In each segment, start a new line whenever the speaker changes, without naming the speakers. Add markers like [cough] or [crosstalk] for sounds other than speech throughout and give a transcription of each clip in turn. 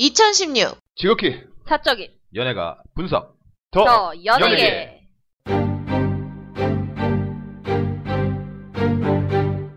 2016
지극히
사적인
연예가 분석 더,
더 어, 연예계.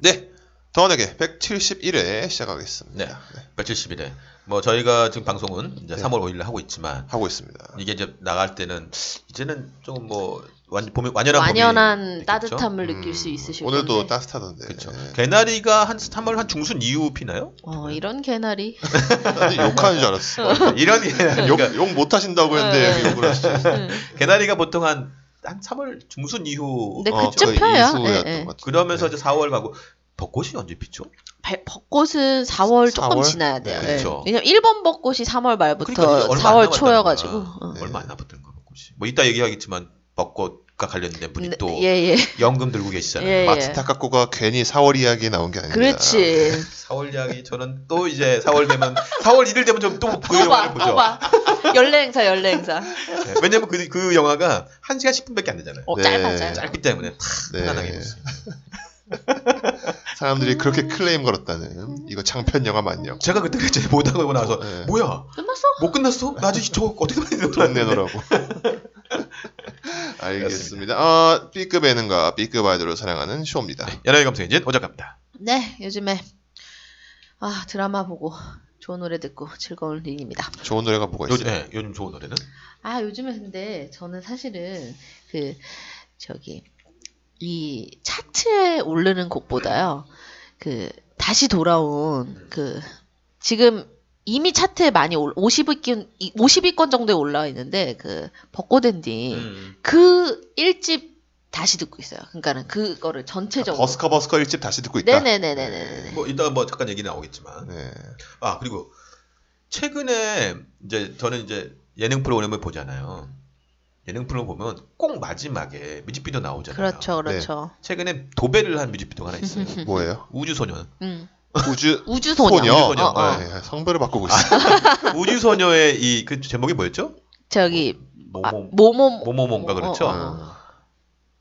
네, 더원에게 171회 시작하겠습니다.
네. 171회. 뭐 저희가 지금 방송은 이제
네.
3월 5일에 하고 있지만
하고 있습니다.
이게 이제 나갈 때는 이제는 조금 뭐 완, 봄이, 완연한 봄이
완연한
있겠죠?
따뜻함을
음,
느낄 수 네. 있으실
오늘도
건데
따뜻하던데. 네.
그렇죠. 개나리가 한 3월 한 중순
[laughs]
이후 피나요?
어, 이런 개나리
나는 욕하는 줄 알았어.
이런 게 아니라
욕,
[laughs] 그러니까
욕 못하신다고 했는데
네.
여기 욕을 하시죠.
응.
개나리가 보통 한, 한 3월 중순 이후
근데
어,
네, 그쯤
거의
펴요.
이수였던
예, 예.
것 같은데.
그러면서 이제 4월 가고 벚꽃이 언제 피죠?
배- 벚꽃은 4월 조금
4월?
지나야 돼요.
네,
예.
그렇죠.
왜냐면 일본 벚꽃이 3월
그러니까
말부터
이제 얼마 안
4월
남았다는
초여가지고.
거야.
어.
네.
얼마 안 남았던 거 벚꽃이. 뭐 이따 얘기하겠지만 벚꽃과 관련된 분이 또
네, 예, 예.
연금 들고 계시잖아요.
예,
마츠
예.
네. 타카코가 괜히 4월 이야기 나온 게 아니라.
그렇지.
4월 이야기 저는 또 이제 4월 되면 4월 1일 되면 좀 또 그
뽑아,
영화를 보죠.
뽑아. [laughs] 연례 행사, 연례 행사.
네, 왜냐면 그, 그 영화가 1시간 10분밖에 안 되잖아요.
어,
네.
짧아, 짧아.
짧기 때문에 다
네.
편안하게 볼수 있어요.
사람들이
음.
그렇게 클레임 걸었다는 이거 장편 영화 만요.
제가 그때 그랬잖아요. 보다가 보고 나서
네.
뭐야?
끝났어?
못 끝났어? 나 아직 저거 어떻게 많이
돈
내놓았는데 [laughs]
내놓으라고. 알겠습니다. 어, B급 예능과 B급 아이돌을 사랑하는 쇼입니다.
네. 연예인 감성인진 오작갑니다.
네, 요즘에 아 드라마 보고 좋은 노래 듣고 즐거운 일입니다.
좋은 노래가 뭐가
요즘,
있어요?
예, 요즘 좋은 노래는?
아 요즘에 근데 저는 사실은 그 저기 이 차트에 오르는 곡보다요 그 다시 돌아온 그 지금 이미 차트에 많이 올 50위권 50위권 정도에 올라와 있는데 그 벚꽃
네.
엔딩
음.
그 1집 다시 듣고 있어요. 그러니까는 그거를
네.
전체적으로
버스커 버스커 1집 다시 듣고 아, 있다.
네네네네네.
뭐 이따 뭐 잠깐 얘기 나오겠지만
네.
아 그리고 최근에 이제 저는 이제 예능 프로그램을 보잖아요. 예능 프로그램 보면 꼭 마지막에 뮤직비디오 나오잖아요.
그렇죠, 그렇죠.
최근에 도배를 한 뮤직비디오가 하나 있어요.
뭐예요?
우주소년.
[laughs] 음.
네. 우주
우주소녀.
소녀.
우주소녀.
어, 어.
네, 성별을 바꾸고 있어요.
우주소녀의 이 그 제목이 뭐였죠?
저기
어,
아,
모모
모모
모모모인가 그렇죠.
어, 어, 어.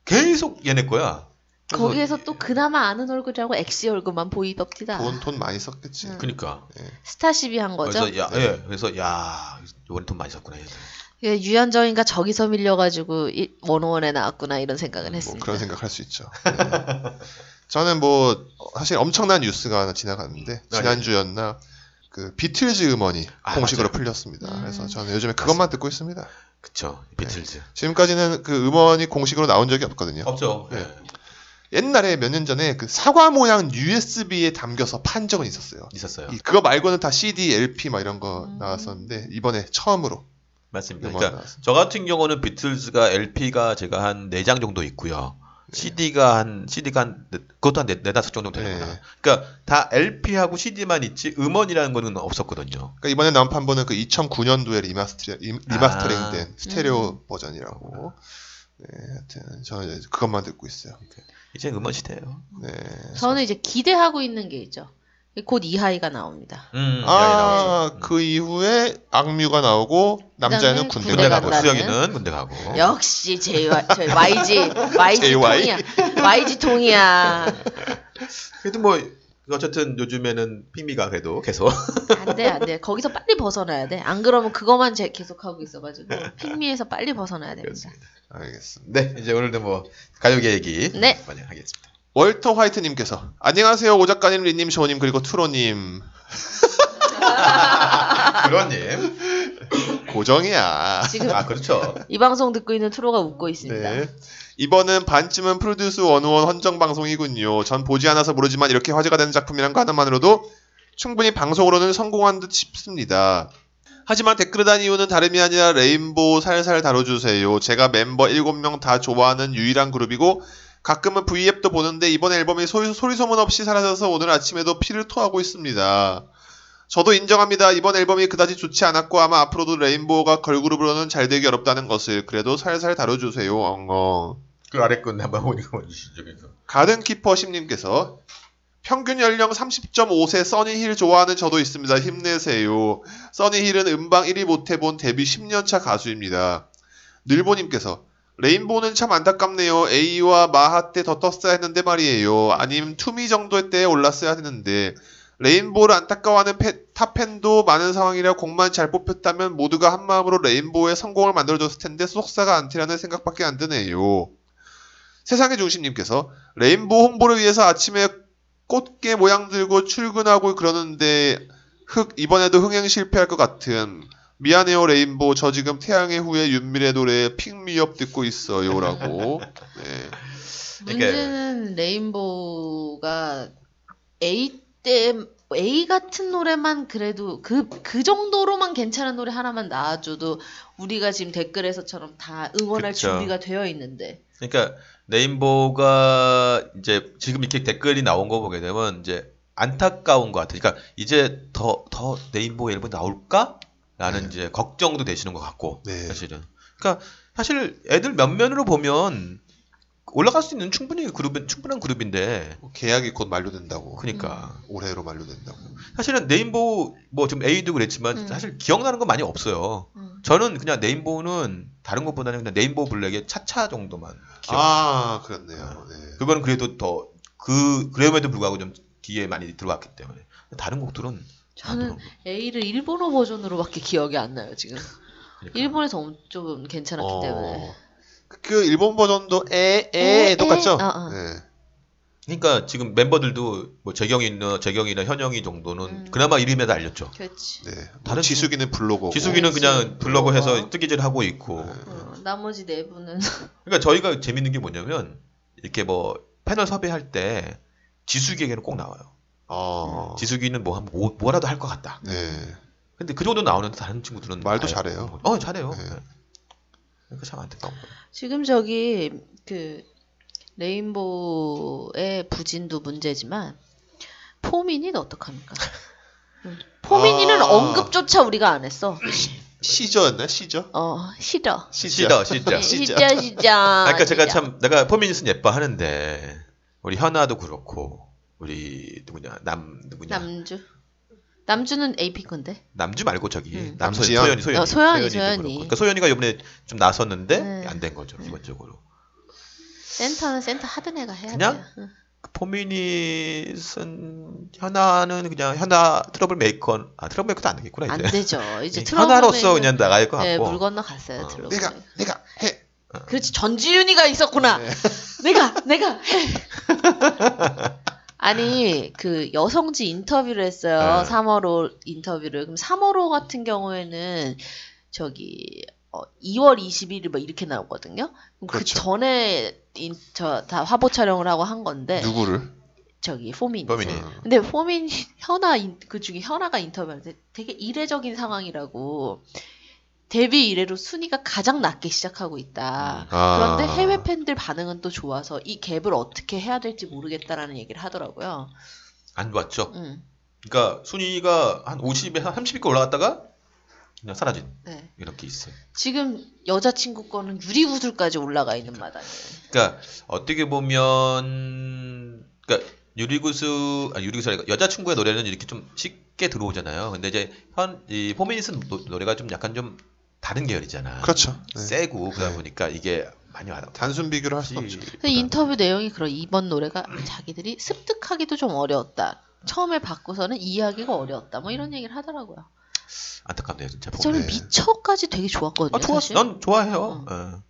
계속 얘네 거야. 그래서
거기에서 또 그나마 아는 얼굴이라고 엑시 얼굴만 보이덥디다.
돈, 돈 많이 썼겠지.
아. 음.
그러니까
스타십이 한 거죠.
그래서 야,
네.
예, 그래서 야 이번에 돈 많이 썼구나. 얘들.
예, 유연정인가 저기서 밀려가지고 이- 원오원에 나왔구나 이런 생각을
뭐
했습니다.
그런 생각할 수 있죠. 네. 저는 뭐 사실 엄청난 뉴스가 하나 지나갔는데
네.
지난주였나 그 비틀즈 음원이
아,
공식으로
맞아요.
풀렸습니다.
음.
그래서 저는 요즘에 그것만 듣고 있습니다.
그쵸.
네.
비틀즈.
지금까지는 그 음원이 공식으로 나온 적이 없거든요.
없죠.
네.
예,
옛날에 몇 년 전에 그 사과 모양 USB에 담겨서 판 적은 있었어요.
있었어요.
이- 그거 말고는 다 CD, LP 막 이런 거
음.
나왔었는데 이번에 처음으로
맞습니다.
네,
음원
그러니까
나왔습니다.
저 같은 경우는 비틀즈가 LP가 제가 한 4장 정도 있고요.
네.
CD가 한 CD가 한 네- 그것도 한 네, 다섯 장 정도 되는구나.
네.
그러니까 다 LP하고 CD만 있지 음원이라는 거는 없었거든요.
그러니까 이번에 나온 판본은 그 2009년도에 리마스터,
아.
리마스터링된 스테레오
음.
버전이라고. 네, 하여튼 저는 이제 그것만 듣고 있어요.
이제 음원 시대예요.
네.
저는 이제 기대하고 있는 게 있죠. 곧 이하이가 나옵니다.
음,
아,
음.
그 이후에 악뮤가 나오고
그다음에
남자는 군대
군대
군대
가고
간다는?
수혁이는 군대 가고.
역시 JY, 저 YG, YG
JY?
통이야. YG 통이야.
그래도 뭐 어쨌든 요즘에는 핑미가 그래도 계속 [laughs]
안돼 안돼 거기서 빨리 벗어나야 돼. 안 그러면 그것만 제- 계속 하고 있어가지고 핑미에서 빨리 벗어나야 됩니다.
알겠습니다.
네 이제 오늘도 뭐 가요계 얘기
네.
많이 하겠습니다.
월터 화이트님께서 안녕하세요 오 작가님, 리님, 쇼님 그리고 투로님
그런님
고정이야.
[laughs] 지금
아 그렇죠.
이 방송 듣고 있는 트로가 웃고 있습니다.
네. 이번은 반쯤은 프로듀스 101 헌정 방송이군요. 전 보지 않아서 모르지만 이렇게 화제가 되는 작품이란 거 하나만으로도 충분히 방송으로는 성공한 듯 싶습니다. 하지만 댓글을 단 이유는 다름이 아니라 레인보우 살살 다뤄주세요. 제가 멤버 7명 다 좋아하는 유일한 그룹이고 가끔은 V앱도 보는데 이번 앨범이 소리, 소리 소문 없이 사라져서 오늘 아침에도 피를 토하고 있습니다. 저도 인정합니다. 이번 앨범이 그다지 좋지 않았고 아마 앞으로도 레인보우가 걸그룹으로는 잘 되기 어렵다는 것을 그래도 살살 다뤄주세요. 엉엉.
그 아래 건 한번 보니까 저기서
가든키퍼 심님께서 평균 연령 30.5세 써니힐 좋아하는 저도 있습니다. 힘내세요. 써니힐은 음방 1위 못해본 데뷔 10년차 가수입니다. 늘보님께서 레인보우는 참 안타깝네요. A와 마하 때 더 떴어야 했는데 말이에요. 아님 투미 정도 때에 올랐어야 했는데 레인보우를 안타까워하는 페- 타팬도 많은 상황이라 공만 잘 뽑혔다면 모두가 한마음으로 레인보우의 성공을 만들어줬을 텐데 속사가 안티라는 생각밖에 안 드네요. 세상의 중심님께서 레인보우 홍보를 위해서 아침에 꽃게 모양 들고 출근하고 그러는데 흑 이번에도 흥행 실패할 것 같은 미안해요 레인보우 저 지금 태양의 후예 윤미래 노래 핑미업 듣고
[laughs]
있어요라고 네.
이게-
문제는 레인보우가 A 때 A 같은 노래만 그래도 그 그 정도로만 괜찮은 노래 하나만 나와줘도 우리가 지금 댓글에서처럼 다 응원할
그쵸.
준비가 되어 있는데
그러니까 레인보우가 이제 지금 이렇게 댓글이 나온 거 보게 되면 이제 안타까운 것 같아요. 그러니까 이제 더 더 레인보우 앨범 나올까? 라는 이제 걱정도 되시는 것 같고
네.
사실은. 그러니까 사실 애들 몇 면으로 보면 올라갈 수 있는 충분히 그룹 충분한 그룹인데
뭐 계약이 곧 만료된다고
음.
그러니까
올해로 만료된다고
사실은 네임보우 뭐 지금 A도 그랬지만
음.
사실 기억나는 거 많이 없어요.
음.
저는 그냥 네임보우는 다른 것보다는 그냥 네임보우 블랙의 차차 정도만 기억.
아 그렇네요 네.
그거는 그래도 더 그 그럼에도 불구하고 좀 뒤에 많이 들어왔기 때문에 다른 곡들은 안
저는
들어온 거.
A를 일본어 버전으로밖에 기억이 안 나요 지금
그러니까.
일본에서 엄- 좀 괜찮았기
어,
때문에
그 일본 버전도
에,
에에
에,
똑같죠
어, 어.
네.
그러니까 지금 멤버들도 뭐 재경이나 재경이나 현영이 정도는
음.
그나마 이름에 다 알렸죠.
그렇지
네.
다른
지숙이는 블로거
지숙이는 그냥 블로그 해서
뭐가?
뜨개질 하고 있고.
어, 나머지 네 분은
그러니까 저희가 재밌는 게 뭐냐면 이렇게 뭐 패널 섭외할 때 지숙이에게는 꼭 나와요.
어.
지숙이는 뭐, 한- 뭐 뭐라도 할 것 같다.
네.
근데 그 정도 나오는데 다른 친구들은
말도
음, 아예-
잘해요.
어 잘해요.
네.
네. 그러니까 참 안타까운 거예요.
지금 저기 그 레인보우의 부진도 문제지만 포미닛
[laughs]
어떡합니까? 음. 포미닛은
아.
언급조차 우리가 안 했어.
시저였나 시저?
어 싫어.
시다 시다.
예,
진짜.
진짜 진짜.
아까 그러니까 제가
진짜.
참 내가 포미닛은 예뻐하는데 우리 현아도 그렇고 우리 누구냐 남 누구냐
남주. 남주는 AP 건데.
남주 말고 저기
음.
남소연
남지연.
소연이 소연이
어, 소연이,
소연이도
소연이.
그렇고. 그러니까 소연이가 이번에 좀 나섰는데
네.
안 된 거죠 기본적으로
센터는 센터 하던 애가 해야
그냥?
돼요. 응.
그 포미닛은 현아는 그냥 현아 트러블 메이커 아 트러블 메이커도 안 되겠구나
안
이제
되죠. 이제
예,
트럼프
[laughs] 현아로서
선배는-
그냥 나갈 것 같고
네, 물 건너 갔어요.
어.
들어.
내가 내가 그러니까, 해.
그렇지 전지윤이가 있었구나. 내가 내가 해. 아니 그 여성지 인터뷰를 했어요.
네.
3월호 인터뷰를. 그럼 3월호 같은 경우에는 저기 어, 2월 21일 뭐 이렇게 나오거든요. 그럼 그
그렇죠.
전에 저다 화보 촬영을 하고 한 건데
누구를?
저기 포민.
포미닛
어.
근데 포민 현아 인- 그 중에 현아가 인터뷰하는데 되게 이례적인 상황이라고 데뷔 이래로 순위가 가장 낮게 시작하고 있다.
아.
그런데 해외 팬들 반응은 또 좋아서 이 갭을 어떻게 해야 될지 모르겠다라는 얘기를 하더라고요.
안 좋았죠
음, 그
그니까 순위가 한 50에서 30위까지 올라갔다가 그냥 사라진
네
이렇게 있어요.
지금 여자친구 거는 유리구슬까지 올라가 있는 마당에.
그러니까 어떻게 보면 그러니까 유리구수 아 유리구수 아니라 여자친구의 노래는 이렇게 좀 쉽게 들어오잖아요. 근데 이제 현이 포미닛 노래가 좀 약간 좀 다른 계열이잖아.
그렇죠. 네.
세고 그러다
네.
보니까 이게 많이 와닿.
단순 비교를 할 수 없죠.
근데
그러니까.
인터뷰 내용이 그런 이번 노래가 자기들이 습득하기도 좀 어려웠다. 처음에 받고서는 이해하기가 어려웠다. 뭐 이런 얘기를 하더라고요.
안타깝네요, 진짜.
근데
포미닛.
저는 미처까지 되게 좋았거든요.
아 좋았어.
사실.
난
어.
좋아해요. 예.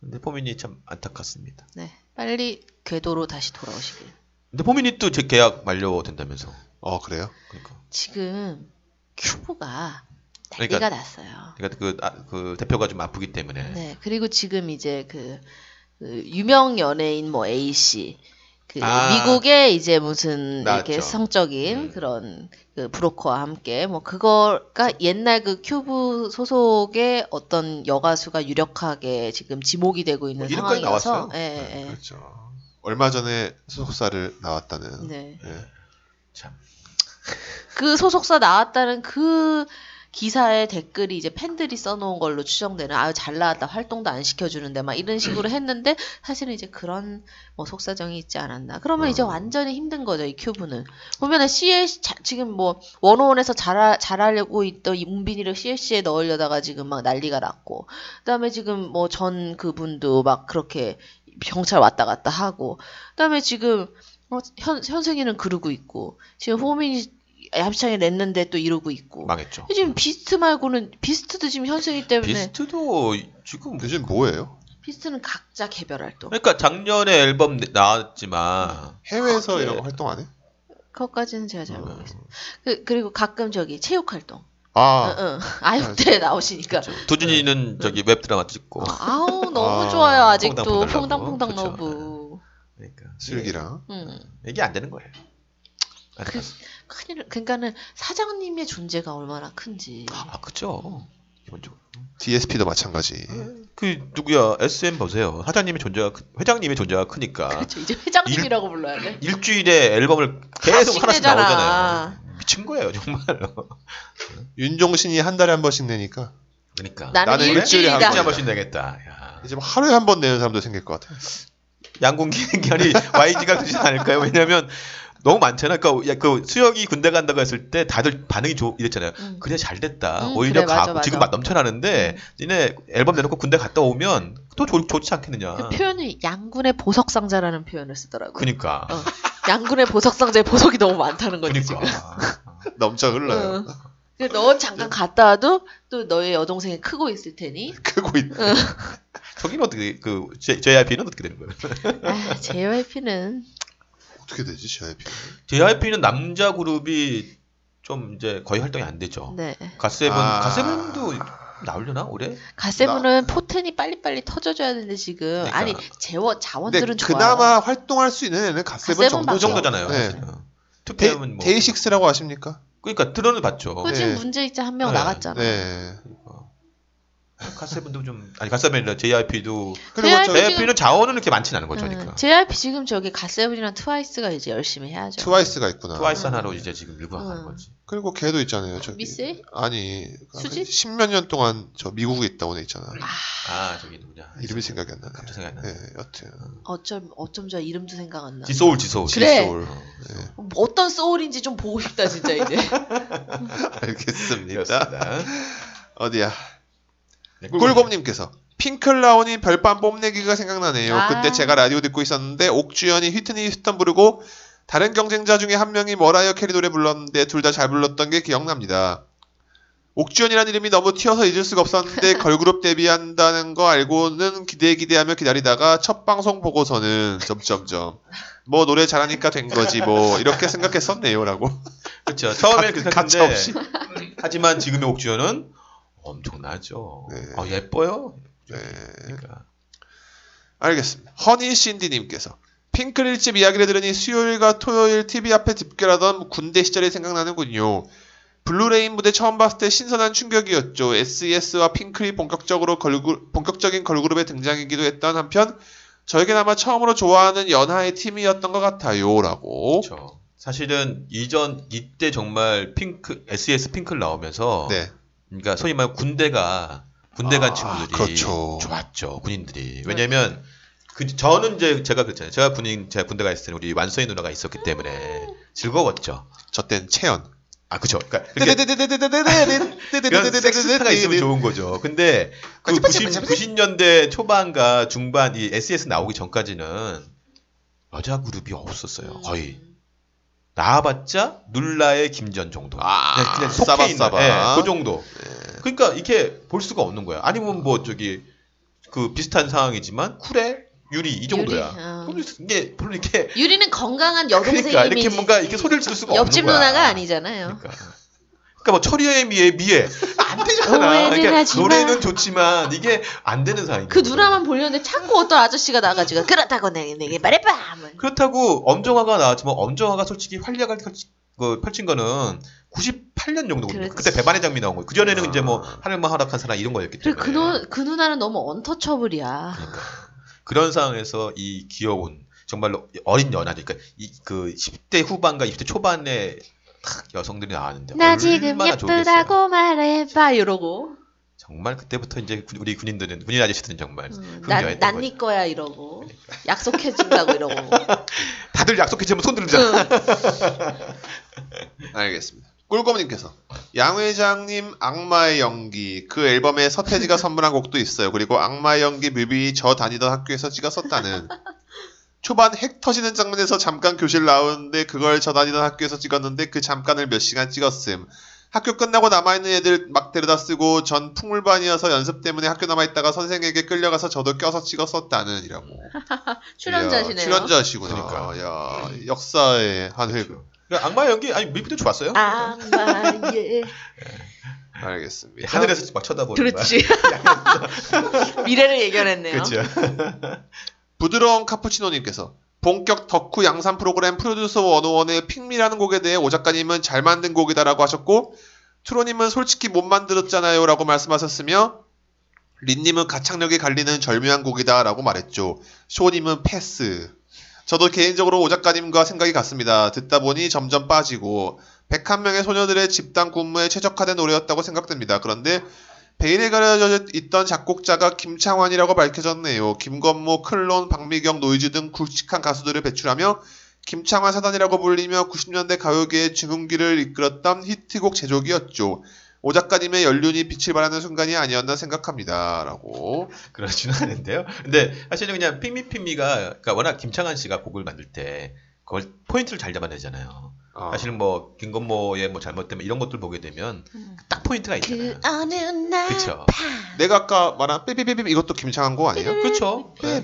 근데 포미닛 참 안타깝습니다.
네, 빨리 궤도로 다시 돌아오시길.
근데 포미닛도 제 계약 만료된다면서.
어 그래요?
그러니까.
지금 큐브가 난리가
그러니까-
났어요.
그러니까 그, 아, 그 대표가 좀 아프기 때문에.
네, 그리고 지금 이제 그, 그 유명 연예인 뭐 A 씨, 그
아.
미국의 이제 무슨 이렇게
나왔죠.
성적인
음.
그런 그 브로커와 함께 뭐 그거가 옛날 그 큐브 소속의 어떤 여가수가 유력하게 지금 지목이 되고 있는
뭐 이름까지
상황이어서,
나왔어요.
예,
네,
예,
그렇죠. 얼마 전에 소속사를 나왔다는.
그렇죠.
예. 네.
네.
참.
그 소속사 나왔다는 그 기사에 댓글이 이제 팬들이 써놓은 걸로 추정되는 아유 잘 나왔다 활동도 안 시켜주는데 막 이런 식으로 했는데 사실은 이제 그런 뭐 속사정이 있지 않았나 그러면 이제
음.
완전히 힘든 거죠 이 큐브는 보면은 CL 자- 지금 뭐 원호원에서 잘하, 잘하려고 있던 이 문빈이를 CLC에 넣으려다가 지금 막 난리가 났고 그다음에 지금 뭐 전 그분도 막 그렇게 경찰 왔다 갔다 하고 그다음에 지금 어, 현 현승이는 그러고 있고 지금 호민이 합창에 냈는데 또 이러고 있고.
망했죠.
지금 비스트 말고는 비스트도 지금 현승이 때문에
비스트도 지금
대신 뭐예요?
비스트는 각자 개별 활동.
그러니까 작년에 앨범 내- 나왔지만
해외에서
아, 그-
네.
이런 거 활동 안 해?
네. 그것까지는 제가 잘 모르겠어요.
음,
그, 그리고 가끔 저기 체육 활동.
아,
응, 응. 아역대 나오시니까.
도준이는 그렇죠. 저기 웹 드라마 찍고
네. 아우 너무
아,
좋아요 아직도
퐁당퐁당
퐁당퐁당
나오고.
너브.
그러니까
슬기랑.
응.
이게 안 되는 거예요.
네.
아,
그, 큰일. 그러니까는 사장님의 존재가 얼마나 큰지.
아 그죠. 기본적으로.
DSP도 마찬가지.
어,
그 누구야 SM 보세요. 사장님의 존재가 크- 회장님의 존재가 크니까
그렇죠. 이제 회장님이라고 불러야 돼.
일주일에 앨범을 계속
하나씩
하나씩
내잖아.
나오잖아요. 미친 거예요 정말.
윤종신이 한 달에 한 번씩 내니까
그러니까
나는,
나는 일주일에
일주일이다.
한
진짜
거야.
한 번씩 내겠다. 야.
이제 뭐 하루에 한 번 내는 사람도 생길 것 같아.
[laughs]
양궁기 결이 [laughs] YG가 되지 않을까요? 왜냐면 너무 많잖아. 그러니까 야, 그 수혁이 군대 간다고 했을 때 다들 반응이 좋 이랬잖아요.
응.
그래 잘 됐다.
음,
오히려
그래, 맞아,
가고
맞아. 음.
지금 맛 넘쳐나는데 니네 앨범 내놓고 군대 갔다 오면 또 좋, 좋지
그
않겠느냐.
표현이 양군의 보석 상자라는 표현을 쓰더라고. 요
아. 그니까.
어, 양군의 보석 상자에 보석이 너무 많다는 거지
그니까.
지금.
넘쳐 흘러요.
응. 어. 근데 너 잠깐
네.
갔다 와도 또 너의 여동생이 크고 있을 테니
크고 있.
[laughs] 저기는 어떻게 그 J- JYP는 어떻게 되는 거예요?
아, JYP는
어떻게 되지, JYP?
JYP는 남자 그룹이 좀 이제 거의 활동이 안 되죠.
네
갓세븐
아.
갓세븐도 나오려나 올해?
가세븐은 포텐이 빨리빨리 터져줘야 되는데 지금
그러니까.
아니 재원
근데
자원들은 좋아요.
그나마 활동할 수 있는 애는 갓세븐
갓세븐밖에
그
정도
없죠.
정도.
정도잖아요.
네.
사실은.
데,
투팸은 뭐
데이식스라고 아십니까?
그러니까 드론을 봤죠.
그 지금
네.
문제 있자 한 명
네.
나갔잖아.
네.
어. 갓세븐도 좀 아니 갓세븐이라 JYP도
그리고
JYP
저
는
JYP는 자원은 그렇게 많지는 않은 거죠,
응,
그러니까.
네. JYP 지금 저기 가세븐이랑 트와이스가 이제 열심히 해야죠.
트와이스가 있구나.
트와이스
음.
하나로 이제 지금 밀고 나가는
음.
거지.
그리고 걔도 있잖아요. 저기.
미스 A?
아니. 그
수지?
십몇 년 동안 저 미국에 있다고 애 있잖아.
아 저기 누구냐?
이름이 생각이 안 나네.
갑자기
아,
생각이 안 나.
네, 여튼. [laughs]
어쩜 어쩜 저 이름도 생각 안 나.
네.
지소울 지소울.
그래.
지소울. 어.
어떤 소울인지 좀 보고 싶다 진짜 이제.
알겠습니다.
[laughs] 그렇습니다.
어디야?
네, 꿀곰.
꿀곰님께서 핑클라온이 별밤 뽐내기가 생각나네요.
아.
그때 제가 라디오 듣고 있었는데 옥주현이 휘트니 휴스턴 부르고 다른 경쟁자 중에 한 명이 머라이어 캐리 노래 불렀는데 둘 다 잘 불렀던 게 기억납니다. 옥주현이라는 이름이 너무 튀어서 잊을 수가 없었는데 걸그룹 데뷔한다는 거 알고는 기대 기대하며 기다리다가 첫 방송 보고서는 점점점 뭐 노래 잘하니까 된 거지 뭐 이렇게 생각했었네요라고
그렇죠. 처음에 그렇게
가차
했는데
없이.
하지만 지금의 옥주현은 엄청나죠.
네.
아 예뻐요.
네.
그러니까
알겠습니다. 허니신디님께서 핑클 일집 이야기를 들으니 수요일과 토요일 TV 앞에 집결하던 군대 시절이 생각나는군요. 블루레인 무대 처음 봤을 때 신선한 충격이었죠. SES와 핑클이 본격적으로 걸그, 본격적인 걸그룹의 등장이기도 했던 한편 저에겐 아마 처음으로 좋아하는 연하의 팀이었던 것 같아요라고.
그렇죠. 사실은 이전 이때 정말 핑크 SES 핑클 나오면서
네.
그러니까 소위 말하면 군대가 군대 간
아,
친구들이
그렇죠. 네.
좋았죠 군인들이 왜냐면 그 저는 이제 제가 그랬잖아요 제가 군인 제가 군대 가 있을 때 우리 완서희 누나가 있었기 때문에 즐거웠죠
저 땐 채연.
아 그죠 그러니까 이렇게 그런 섹스타가 있으면
네.
좋은 거죠 근데 그
맞아, 맞아, 맞아.
90, 90년대 초반과 중반 이 SES 나오기 전까지는 여자 그룹이 없었어요 [laughs] 거의 나와봤자 눌라의 김전 정도
아,
그냥, 그냥 속해
싸바,
있는,
싸바.
예, 그 정도 그러니까 이렇게 볼 수가 없는 거야. 아니면 뭐 저기 그 비슷한 상황이지만 쿨에 유리 이 정도야.
유리, 어.
그럼 이게 별로 이렇게
유리는 건강한 여동생
그러니까
이미지.
이렇게 뭔가 이렇게 소리를 지를 수가
옆집
없는 거야.
누나가 아니잖아요.
그러니까. 그러니까 뭐 철이의 미에 미에 안 되잖아.
오해는
그러니까
하지 마.
노래는 좋지만 이게 안 되는 상황이야.
그 누나만 보려는데 자꾸 어떤 아저씨가 나가지고 그렇다고 내게 내게 말해봐. 뭐 하면.
그렇다고 엄정화가 나왔지만 엄정화가 솔직히 활약을 펼치- 그 펼친 거는 98년 정도거든요.
그렇지.
그때 배반의 장미 나온 거예요. 그 전에는
아.
이제 뭐 하늘만 허락한 사람 이런 거였기 때문에.
그렇죠. 그리고 그, 누, 그 누나는 너무 언터처블이야.
그러니까 그런 상황에서 이 귀여운 정말로 어린 연하들 그러니까 이그 10대 후반과 20대 초반에 탁 여성들이 나왔는데
나 지금
그러니까 얼마나 좋겠어요.
예쁘다고 말해봐 이러고
정말 그때부터 이제 군- 우리 군인들은 군인 아저씨들은 정말
음,
흥겨했던 거죠.
난네 거야 이러고 약속해준다고 이러고
[laughs] 다들 약속했지만 손 들자.
알겠습니다. 꿀검님께서 양 회장님 악마의 연기 그 앨범에
[laughs]
서태지가 선물한 곡도 있어요. 그리고 악마의 연기 뮤비 저 다니던 학교에서 찍었었다는 초반 핵 터지는 장면에서 잠깐 교실 나오는데 그걸 저다니던 학교에서 찍었는데 그 잠깐을 몇 시간 찍었음. 학교 끝나고 남아있는 애들 막 데려다 쓰고 전 풍물반이어서 연습 때문에 학교 남아있다가 선생에게 끌려가서 저도 껴서 찍었었다는이라고.
출연자시네요.
이야, 출연자시구나.
그러니까요.
야, 역사의 한 획.
그러니까 악마 연기 아니 미피도 좋았어요.
아마
[laughs]
예.
알겠습니다.
하늘에서 막 쳐다보는
그렇지. [laughs] 미래를 예견했네요.
그렇죠.
부드러운 카푸치노님께서 본격 덕후 양산 프로그램 프로듀서 101의 핑미라는 곡에 대해 오 작가님은 잘 만든 곡이다라고 하셨고 트로님은 솔직히 못 만들었잖아요라고 말씀하셨으며 린님은 가창력이 갈리는 절묘한 곡이다라고 말했죠. 쇼님은 패스. 저도 개인적으로 오 작가님과 생각이 같습니다. 듣다 보니 점점 빠지고 101명의 소녀들의 집단 군무에 최적화된 노래였다고 생각됩니다. 그런데 베일에 가려져 있던 작곡자가 김창환이라고 밝혀졌네요. 김건모, 클론, 박미경, 노이즈 등 굵직한 가수들을 배출하며 김창환 사단이라고 불리며 90년대 가요계의 증흥기를 이끌었던 히트곡 제조기였죠. 오 작가님의 연륜이 빛을 발하는 순간이 아니었나 생각합니다. 라고.
그렇지는 [laughs] 않은데요. 근데 사실은 그냥 핑미핑미가 그러니까 워낙 김창한 씨가 곡을 만들 때 그걸 포인트를 잘 잡아내잖아요.
어.
사실은 뭐 김건모의 뭐 잘못 때문에 이런 것들 보게 되면 딱
그
포인트가 있잖아요.
어느 날
그쵸.
내가 아까 말한 삐삐삐삐 이것도 김창환 거 아니에요?
그렇죠. 네.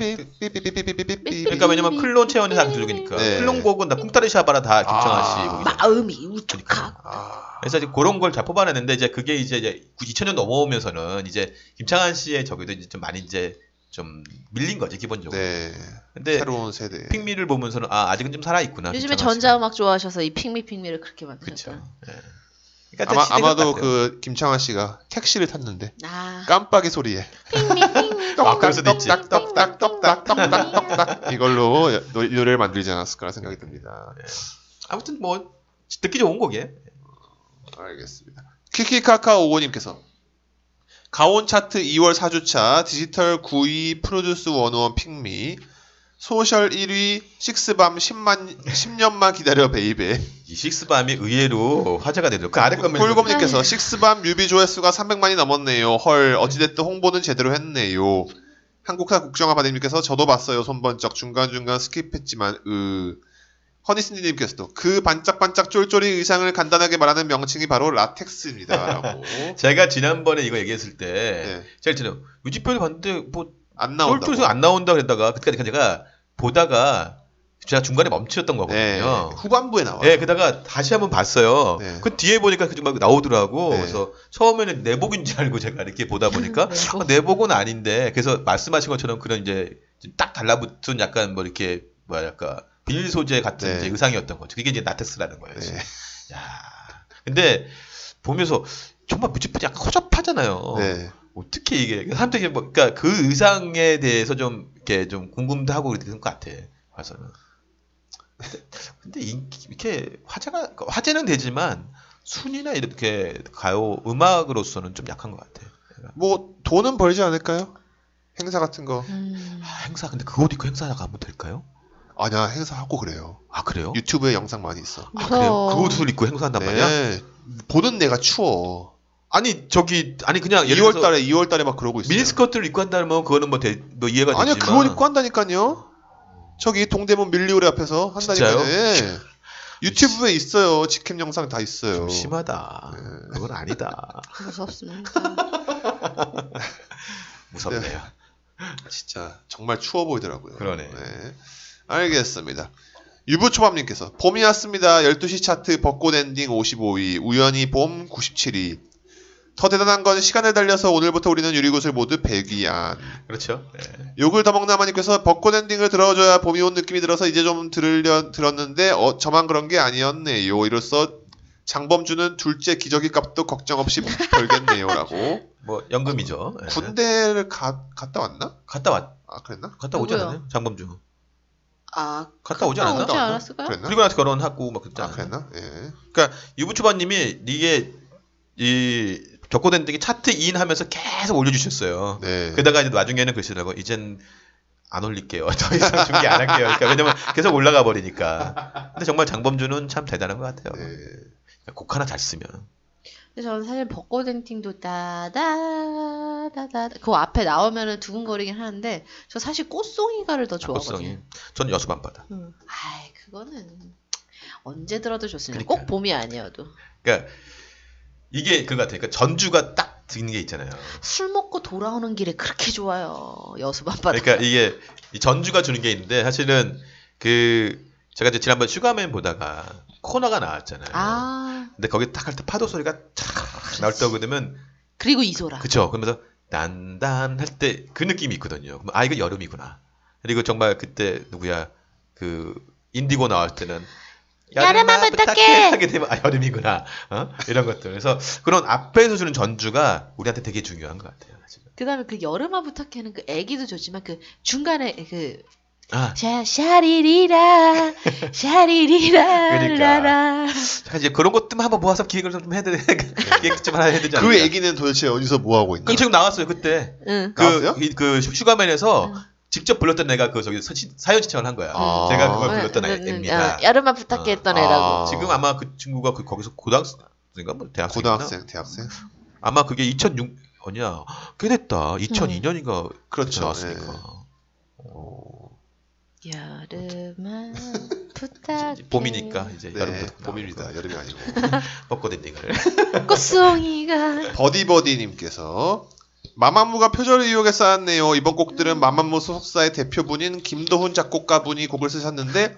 삐삐삐삐삐삐삐삐.
그러니까 왜냐면 클론 채원이 다 그쪽이니까
네.
클론 곡은 다 쿵따리 샤바라 다 김창한
아.
씨 곡이잖아요. 그러니까
마음이 우뚝하고
아.
그래서 이제 그런 걸 잘 뽑아내는데 이제 그게 이제 이제 2000년 넘어오면서는 이제 김창한 씨의 저기도 이제 좀 많이 이제 좀 밀린 거지 기본적으로.
네.
근데
새로운 세대.
핑미를 보면서는 아 아직은 좀 살아 있구나.
요즘에 전자음악 좋아하셔서 이 핑미핑미를 그렇게
그렇죠.
만드셨다.
그러니까
아마, 아마도 그 김창환 씨가 택시를 탔는데
아,
깜빡이 소리에
핑미핑미.
아, 그럴 수도 있지.
떡떡떡떡떡떡떡떡떡떡떡 이걸로 노- 노래를 만들지 않았을까 생각이 듭니다.
아무튼 뭐 듣기 좋은 곡이에요.
알겠습니다. 키키카카 오고님께서 가온 차트 2월 4주차 디지털 9위 프로듀스 101 핑미 소셜 1위 식스밤 10만 10년만 기다려 베이베
이 식스밤이 의외로 화제가 되더라고요. 그 아래 거면
뭐 꿀곰님께서 그러니까 식스밤 뮤비 조회수가 300만이 넘었네요. 헐 어찌됐든 홍보는 제대로 했네요. 한국사 국정화 바님께서 저도 봤어요. 손번쩍 중간중간 스킵했지만 으 허니슨디님께서도 그 반짝반짝 쫄쫄이 의상을 간단하게 말하는 명칭이 바로 라텍스입니다라고
제가 지난번에 이거 얘기했을 때
[laughs] 네,
제가 전에 뮤직비디오 봤는데 뭐
안 나온다고
똘똘해서 안 나온다 그랬다가 그때까지 그러니까 제가 보다가 제가 중간에 멈췄던
네,
거거든요.
후반부에 나와요.
예, 그다가 다시 한번 봤어요.
아. 네.
그 뒤에 보니까 그막 나오더라고.
네.
그래서 처음에는 내복인 줄 알고 제가 이렇게 보다
[laughs]
보니까
내복.
어, 내복은 아닌데 그래서 말씀하신 것처럼 그런 이제 좀딱 달라붙은 약간 뭐 이렇게 뭐랄까 비닐 소재 같은
네.
이제 의상이었던 거죠. 그게 이제 나텍스라는 거예요.
네.
야, 근데 보면서 정말 뮤직비디오 약간 허접하잖아요.
네.
어떻게 뭐 이게 사람들이 뭐 그러니까 그 의상에 대해서 좀 이렇게 좀 궁금도 하고 그랬던 것 같아. 봐서는. 근데 인기- 이렇게 화제가 화제는 되지만 순위나 이렇게 가요 음악으로서는 좀 약한 것 같아.
뭐 돈은 벌지 않을까요? 행사 같은 거
음.
아, 행사 근데 그거 입고 행사 가면 될까요?
아니야 행사 하고 그래요.
아 그래요?
유튜브에 영상 많이 있어.
아 그래요?
무서워.
그 옷을 입고 행사한단 말이야?
네. 보는 내가 추워.
아니 저기 아니 그냥 예를 들어서
2월달에 2월달에 막 그러고 있어요.
미니스커트를 입고 한다면 그거는 뭐, 대- 뭐 이해가
아니요
되지만
그건 입고 한다니까요. 저기 동대문 밀리오레 앞에서 한다니까요.
진짜요?
예. 유튜브에 있어요. 직캠 영상 다 있어요.
좀 심하다.
네.
그건 아니다.
무섭습니다.
무섭네요.
진짜 정말 추워 보이더라고요.
그러네.
네. 알겠습니다. 유부초밥님께서 봄이 왔습니다. 12시 차트 벚꽃 엔딩 55위, 우연히 봄 97위. 더 대단한 건 시간을 달려서 오늘부터 우리는 유리구슬 모두 100위 안.
그렇죠. 네.
욕을 더 먹나 마님께서 벚꽃 엔딩을 들어줘야 봄이 온 느낌이 들어서 이제 좀 들으려 들었는데 어, 저만 그런 게 아니었네요. 이로써 장범주는 둘째 기저귀 값도 걱정 없이 벌겠네요라고
뭐 연금이죠. 예.
아, 군대를 가, 갔다 왔나?
갔다 왔
아 그랬나?
갔다 오지
누구요?
않았나요? 장범주.
아,
갔다 오지
아,
않았나?
오지 않았을까요?
그랬나?
그리고 나서 결혼하고 막 그랬지
아
않았나?
그랬나? 예.
그러니까 유부초반님이 이게 이 격고된 득이 차트 2인 하면서 계속 올려주셨어요.
네.
그러다가 이제 나중에는 그러시더라고. 이젠 안 올릴게요. [laughs] 더 이상 중계 안 할게요. 그러니까 왜냐면 계속 올라가 버리니까. 근데 정말 장범주는 참 대단한 것 같아요.
네.
곡 하나 잘 쓰면.
근데 저는 사실 벚꽃 엔팅도 따다다다 그 앞에 나오면은 두근거리긴 하는데 저 사실 꽃송이가를 더뭐 좋아하거든요.
꽃송이. 전 여수밤바다.
음. 아이 그거는 언제 들어도 좋습니다. 꼭
그러니까요.
봄이 아니어도
그러니까 이게 그거 같아요. 그러니까 전주가 딱 드는 게 있잖아요.
술 먹고 돌아오는 길에 그렇게 좋아요. 여수밤바다.
그러니까 이게 이 전주가 주는 게 있는데 사실은 그 제가 이제 지난번 슈가맨 보다가 코너가 나왔잖아요.
아
근데 거기 딱 할 때 파도 소리가 촥 나올 때 그러면
그리고 이소라.
그쵸. 그러면서 단단할 때 그 느낌이 있거든요. 그럼 아 이거 여름이구나. 그리고 정말 그때 누구야 그 인디고 나올 때는
여름아 부탁해!
하게 되면 아 여름이구나. 어? 이런 것들. 그래서 그런 앞에서 주는 전주가 우리한테 되게 중요한 것 같아요. 지금.
그다음에 그 여름아 부탁해는 그 애기도 좋지만 그 중간에 그
아
샤,
[laughs]
샤리리라 샤리리라
그러니까.
라라
잠깐 이제 그런 것들 한번 모아서 기획을 좀 [laughs] 해드려 기획 좀 하나 해드리자.
네. 그 애기는 도대체 어디서 뭐 하고 있나?
그 지금 나왔어요 그때
응.
그,
나왔어요?
이- 그 슈- 슈가맨에서
음.
직접 불렀던 애가 그 저기 서- 사연 신청을 한 거야.
아.
제가 그걸
응,
불렀던
응, 응,
애입니다. 어,
응. 여름아 네. 어, 부탁해 했던
아.
애라고.
지금 아마 그 친구가 그 거기서 고등학생인가 뭐 대학생
고등학생, 대학생.
아마 그게 2006 아니야 꽤 됐다 2002년인가
그렇죠.
나왔으니까 어.
예.
[laughs]
여름아 부탁해.
봄이니까 이제
네,
여름
봄입니다. 여름이 아니고.
벚꽃 엔딩을
[laughs] 꽃송이가.
버디버디님께서 마마무가 표절 의혹에 쌓았네요. 이번 곡들은 마마무 소속사의 대표분인 김도훈 작곡가분이 곡을 쓰셨는데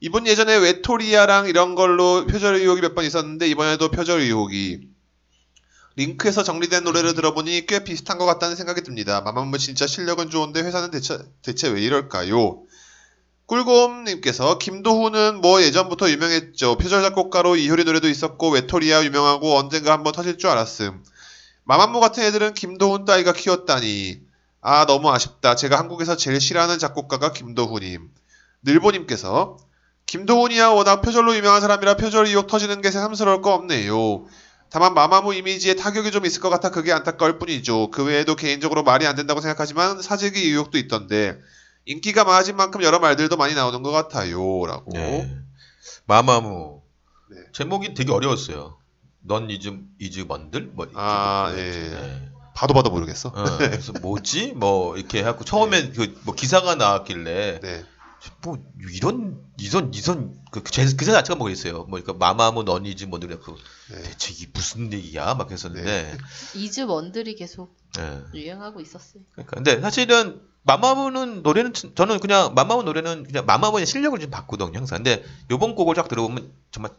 이분 예전에 외톨이야랑 이런 걸로 표절 의혹이 몇 번 있었는데 이번에도 표절 의혹이 링크에서 정리된 노래를 들어보니 꽤 비슷한 것 같다는 생각이 듭니다. 마마무 진짜 실력은 좋은데 회사는 대체, 대체 왜 이럴까요? 꿀곰님께서 김도훈은 뭐 예전부터 유명했죠. 표절 작곡가로 이효리 노래도 있었고 외톨이야 유명하고 언젠가 한번 터질 줄 알았음. 마만무 같은 애들은 김도훈 따위가 키웠다니. 아, 너무 아쉽다. 제가 한국에서 제일 싫어하는 작곡가가 김도훈임. 늘보님께서 김도훈이야 워낙 표절로 유명한 사람이라 표절 의혹 터지는 게 새삼스러울 거 없네요. 다만 마마무 이미지에 타격이 좀 있을 것 같아 그게 안타까울 뿐이죠. 그 외에도 개인적으로 말이 안 된다고 생각하지만 사재기 의혹도 있던데 인기가 많아진 만큼 여러 말들도 많이 나오는 것 같아요라고.
네. 마마무
네.
제목이 되게 어려웠어요. 넌 이즈 이즈 먼들 뭐 이렇게
아,
그랬죠.
예. 봐도 봐도 모르겠어.
어, 그래서 뭐지 뭐 이렇게 하고 처음엔 그 뭐 기사가 나왔길래
네.
뭐 이런 이선 이선 그 제- 그사 자체가 뭐겠어요. 뭐 그러니까 마마무 너니즈 뭐 노래 그
네.
대체 이게 무슨 얘기야 막 했었는데.
이즈 원들이 계속
네.
예.
유행하고 있었어요.
그러니까 근데 사실은 마마무는 노래는 진- 저는 그냥 마마무 노래는 그냥 마마무의 실력을 좀 바꾸던 항상. 근데 요번 곡을 쫙 들어보면 정말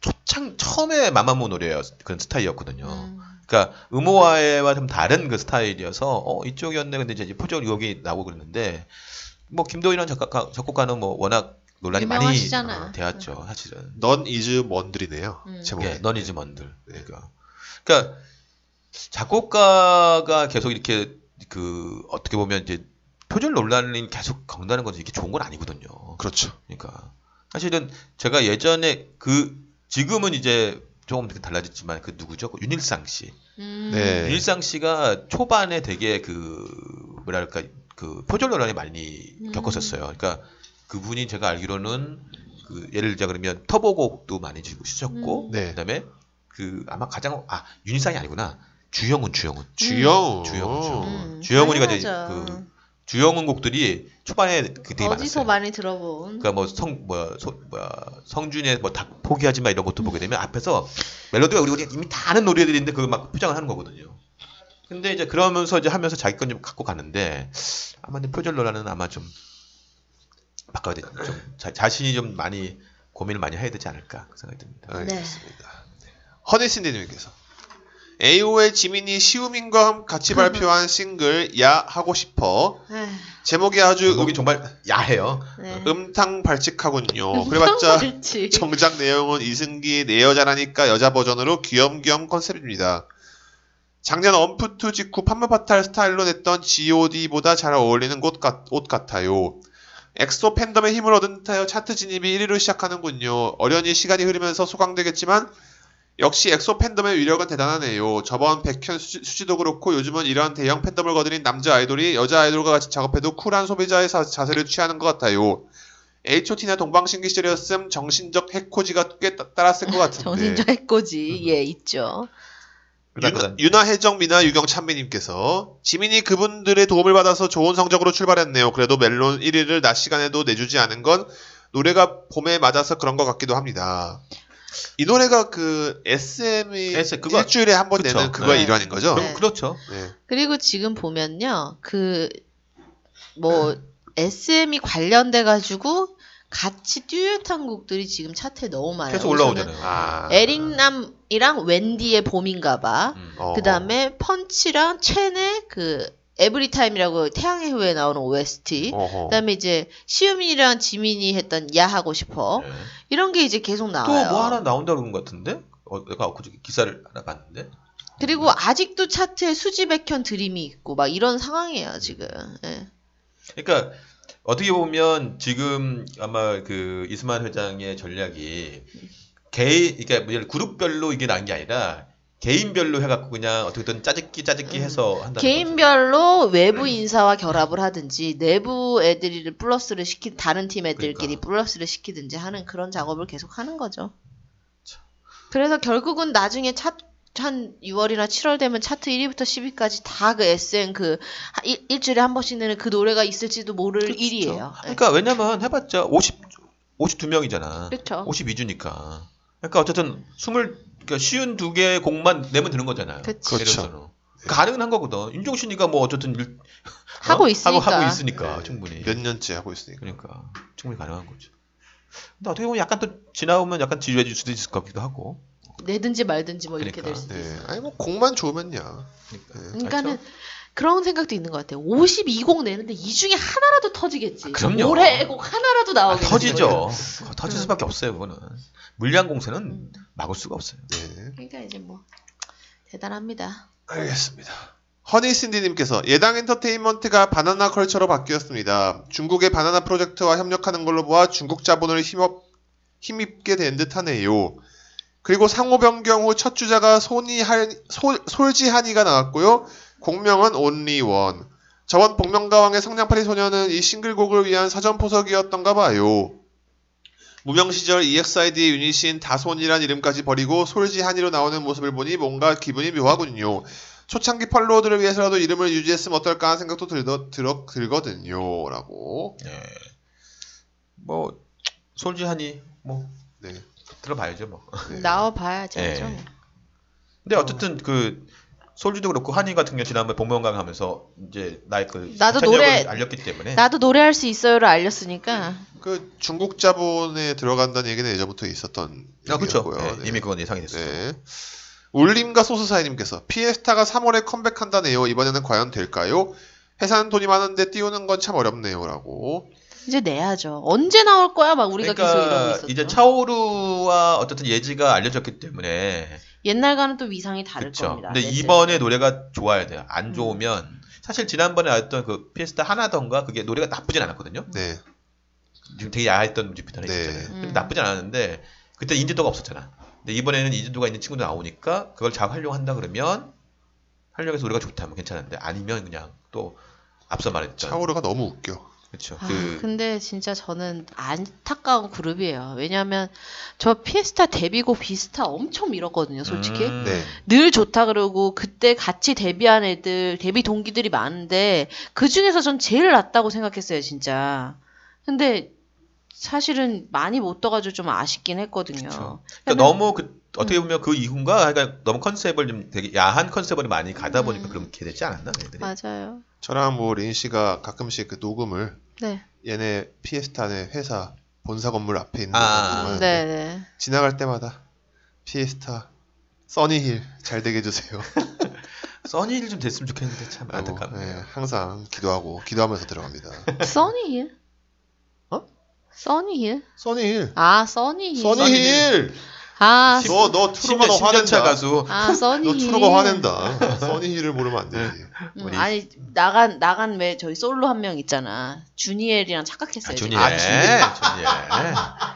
초창 처음에 마마무 노래였 그런 스타일이었거든요.
음.
그러니까 음호와와 좀 다른 그 스타일이어서 어 이쪽이었네 근데 이제 이제 포절 의혹이 나오고 그랬는데 뭐 김도희란 작곡가, 작곡가는 뭐 워낙 논란이 많이
유명하시잖아요.
어, 되었죠 사실은
넌 이즈 먼들이네요. 네.
음.
제목이.
예, 너니즈 먼들 그러니까 그러니까 작곡가가 계속 이렇게 그 어떻게 보면 이제 표절 논란이 계속 건다는 건 이게 좋은 건 아니거든요
그렇죠.
그러니까 사실은 제가 예전에 그 지금은 이제 조금 달라졌지만 그 누구죠 그 윤일상 씨
음.
네.
일상 씨가 초반에 되게 그 뭐랄까 그 표절 논란이 많이
음.
겪었었어요. 그러니까 그분이 제가 알기로는 그 예를 들자 그러면 터보곡도 많이 지고 쓰셨고
음.
네.
그다음에 그 아마 가장 아 윤상이 아니구나 주영훈 주영훈
주영우.
어, 주영우.
음,
주영훈이가 이제
당연하죠.
그 주영훈 곡들이 초반에 그 되게
어디서
많았어요.
많이 들어본.
그러니까 뭐 성 뭐야 소, 뭐야 성준의 뭐 다 포기하지 마 이런 것도 보게 되면 앞에서 멜로디가 우리 우리가 이미 다 아는 노래들인데 그걸 막 표장을 하는 거거든요. 근데 이제 그러면서 이제 하면서 자기 건 좀 갖고 가는데 아마 근데 표절 논란은 아마 좀 바꿔야 돼. 좀 자, 자신이 좀 많이 고민을 많이 해야 되지 않을까 그 생각이 듭니다.
네.
네.
알겠습니다. 허니신디님께서 AO의 지민이 시우민과 함- 같이 발표한 싱글 야 하고 싶어
네.
에휴,
제목이 아주 음,
거기 그 정말 야해요.
네.
음,
탕 발칙하군요.
어,
그래봤자
그렇지.
정작 내용은 이승기의 내 여자라니까 여자 버전으로 귀염귀염 컨셉입니다. 작년 엄프투 직후 판무파탈 스타일로 냈던 G.O.D보다 잘 어울리는 옷, 같, 옷 같아요. 엑소 팬덤의 힘을 얻은 듯하여 차트 진입이 1위로 시작하는군요. 어련히 시간이 흐르면서 소강되겠지만 역시 엑소 팬덤의 위력은 대단하네요. 저번 백현 수지, 수지도 그렇고 요즘은 이러한 대형 팬덤을 거느린 남자 아이돌이 여자 아이돌과 같이 작업해도 쿨한 소비자의 사- 자세를 취하는 것 같아요. H.O.T나 동방신기 [laughs]
네.
시절이었음 정신적 해코지가 꽤 따- 따랐을 것 같은데
정신적 해코지 예 있죠.
그다음-
유나 해정미나 유경 찬미님께서 지민이 그분들의 도움을 받아서 좋은 성적으로 출발했네요. 그래도 멜론 1위를 낮 시간에도 내주지 않은 건 노래가 봄에 맞아서 그런 것 같기도 합니다. 이 노래가 그 SM이
SM, 그거-
일주일에 한 번
그쵸.
내는 그거의
네.
일환인 거죠?
네.
그렇죠.
네.
그리고 지금 보면요, 그, 뭐, SM이 관련돼가지고 같이 듀엣한 곡들이 지금 차트에 너무 많아요. 네,
계속
우선은
올라오잖아요.
아.
에릭남이랑 웬디의 봄인가봐.
음.
어.
그 다음에 펀치랑 첸의 그, 에브리타임이라고 태양의 후에 나오는 OST.
어허.
그 다음에 이제 시우민이랑 지민이 했던 야 하고 싶어.
네.
이런 게 이제 계속 나와요.
또뭐 하나 나온다 그런 것 같은데? 어, 내가 엊그저께 기사를 하나 봤는데.
그리고 아직도 차트에 수지백현 드림이 있고 막 이런 상황이에요 지금. 예.
그러니까 어떻게 보면 지금 아마 그 이스만 회장의 전략이 개인 그러니까 뭐 예를 들어 그룹별로 이게 난 게 아니라 개인별로 해갖고 그냥 어떻게든 짜집기 짜집기
음.
해서 한다는 거죠. 네.
개인별로 외부 인사와 결합을 하든지 내부 애들을 플러스를 시키 다른 팀 애들끼리
그러니까.
플러스를 시키든지 하는 그런 작업을 계속 하는 거죠. 그래서 결국은 나중에 차, 한 6월이나 7월 되면 차트 1위부터 10위까지 다 그 SN 그 하- 일, 일주일에 한 번씩 내는 그 노래가 있을지도 모를 일이에요. 예.
그러니까 왜냐면 해봤자 50 52명이잖아.
그렇죠.
52주니까. 그러니까 어쨌든 20 그러니까 쉬운 두 개의 곡만 내면 되는 거잖아요.
그치.
예를
그렇죠.
들어서. 가능한 거거든. 윤종신이가 뭐 어쨌든 일-
[laughs] 하고
어?
있으니까.
하고, 하고 있으니까 그러니까 충분히.
네. 몇 년째 하고 있으니까.
그러니까 충분히 가능한 거죠. 근데 어떻게 보면 약간 또 지나오면 약간 지루해질 수도 있을 것 같기도 하고.
내든지 말든지 뭐 이렇게 될
그러니까. 그렇죠.
수도 있어요.
네. 아니 뭐 공만 좋으면요.
그러니까는 그런 생각도 있는 것 같아요. 52곡 내는데 이 중에 하나라도 터지겠지.
아, 그럼요.
올해 곡 하나라도
아,
나오겠지.
터지죠.
그렇죠.
아, 터질 수밖에 없어요, 그거는. 물량 공세는 막을 수가 없어요.
네.
그러니까 이제 뭐 대단합니다.
알겠습니다. 허니신디님께서 예당 엔터테인먼트가 바나나 컬처로 바뀌었습니다. 중국의 바나나 프로젝트와 협력하는 걸로 보아 중국 자본을 힘업, 힘입게 된 듯하네요. 그리고 상호 변경 후 첫 주자가 손이 할, 솔, 솔지한이가 나왔고요. 공명은 온리원. 저번 복면가왕의 성냥팔이 소녀는 이 싱글곡을 위한 사전포석이었던가 봐요. 무명 시절 E EXID의 유닛인 다손이란 이름까지 버리고 솔지한이로 나오는 모습을 보니 뭔가 기분이 묘하군요. 초창기 팔로워들을 위해서라도 이름을 유지했으면 어떨까 하는 생각도 들더, 들어, 들거든요. 라고.
예. 뭐 솔지하니 뭐
네.
들어봐야죠, 뭐.
네.
나와 봐야죠.
예. 근데 어쨌든 그 솔지도 그렇고 한이 같은 경우 지난번에 복면가왕 하면서 이제 나의 그
나도
생산력을
노래-
알렸기 때문에
나도 노래할 수 있어요를 알렸으니까
그 중국 자본에 들어간다는 얘기는 예전부터 있었던
아, 그렇죠.
얘기였고요.
예,
네.
이미 그건 예상이 됐어요.
네. 울림과 소스사이님께서 피에스타가 3월에 컴백한다네요. 이번에는 과연 될까요? 회사는 돈이 많은데 띄우는 건 참 어렵네요라고.
이제 내야죠. 언제 나올 거야? 막 우리가 계속 이러고 있었죠.
그러니까 이제 차오루와 어쨌든 예지가 알려졌기 때문에
옛날과는 또 위상이 다를
그렇죠.
겁니다.
근데
네, 음. 네.
이번에 노래가 좋아야 돼요. 안 좋으면 사실 지난번에 나왔던 그 피에스타 하나던가 그게 노래가 나쁘진 않았거든요.
네.
지금 되게 야했던 뮤직비디오 하나
네.
있잖아요. 근데
음.
나쁘진 않았는데 그때 인지도가 없었잖아. 근데 이번에는 인지도가 있는 친구도 나오니까 그걸 잘 활용한다 그러면 활용해서 노래가 좋다면 뭐 괜찮은데 아니면 그냥 또 앞서 말했던
차오르가 너무 웃겨.
그렇죠.
아,
그
근데 진짜 저는 안타까운 그룹이에요. 왜냐하면 저 피에스타 데뷔곡 비스타 엄청 밀었거든요, 솔직히.
음,
네.
늘 좋다 그러고 그때 같이 데뷔한 애들 데뷔 동기들이 많은데 그 중에서 전 제일 낫다고 생각했어요 진짜 근데 사실은 많이 못 떠가지고 좀 아쉽긴 했거든요
그쵸. 그러니까 너무 그 어떻게 보면 그 이후인가 그러니까 너무 컨셉을 좀 되게 야한 컨셉으로 많이 가다 보니까
음.
그렇게 되지 않았나 애들이.
맞아요
저랑 뭐 린 씨가 가끔씩 그 녹음을
네
얘네 피에스타네 회사 본사 건물 앞에 있는
아,
거
네, 네.
지나갈 때마다 피에스타 써니힐 잘 되게 해주세요.
써니힐 좀 됐으면 좋겠는데 참
라고,
[laughs] 안타깝네요.
예, 항상 기도하고 기도하면서
[laughs]
들어갑니다.
네. 써니힐
어?
써니힐
써니힐,
아 써니힐
써니힐,
아,
[laughs] 너- 너 트루먼 너
10년 차
화낸다.
가수
아
너
써니힐
트루거 화낸다.
[laughs]
써니힐을 모르면 안 되지.
네.
음,
우리-
아니 나간 나간 왜 저희 솔로 한 명 있잖아 주니엘이랑 착각했어요
아,
지금.
준예.
아, 준예.
준예.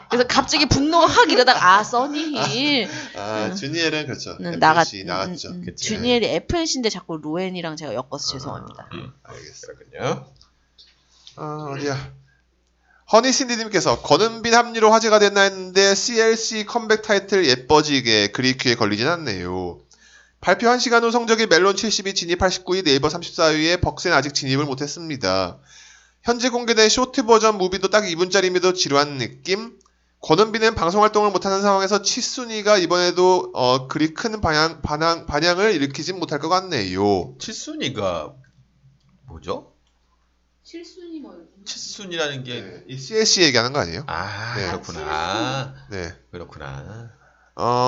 그래서 갑자기 분노가 확 이러다가 아 써니힐
아, 주니엘은
는
그렇죠.
네. 음, 나갔
나갔, 나갔죠.
음, 음.
그치.
주니엘이 FNC인데 자꾸 로엔이랑 제가 엮어서 죄송합니다.
알겠어.
그렇군요.
아, 어디야. 허니신디님께서 거는빈 합리로 화제가 됐나 했는데 CLC 컴백 타이틀 예뻐지게 그리 귀에 걸리진 않네요. 발표 1시간 후 성적이 멜론 70이 진입 89위, 네이버 34위에 벅센 아직 진입을 못했습니다. 현재 공개된 쇼트 버전 무비도 딱 2분짜리임에도 지루한 느낌? 권은비는 방송 활동을 못하는 상황에서 치순이가 이번에도 어, 그리 큰 방향, 반항, 반향을 일으키진 못할 것 같네요.
칠순이가 뭐죠?
칠순이 뭐 이런 거.
칠순이라는 게
네, 이 CLC 얘기하는 거 아니에요?
아,
네.
그렇구나.
네.
그렇구나.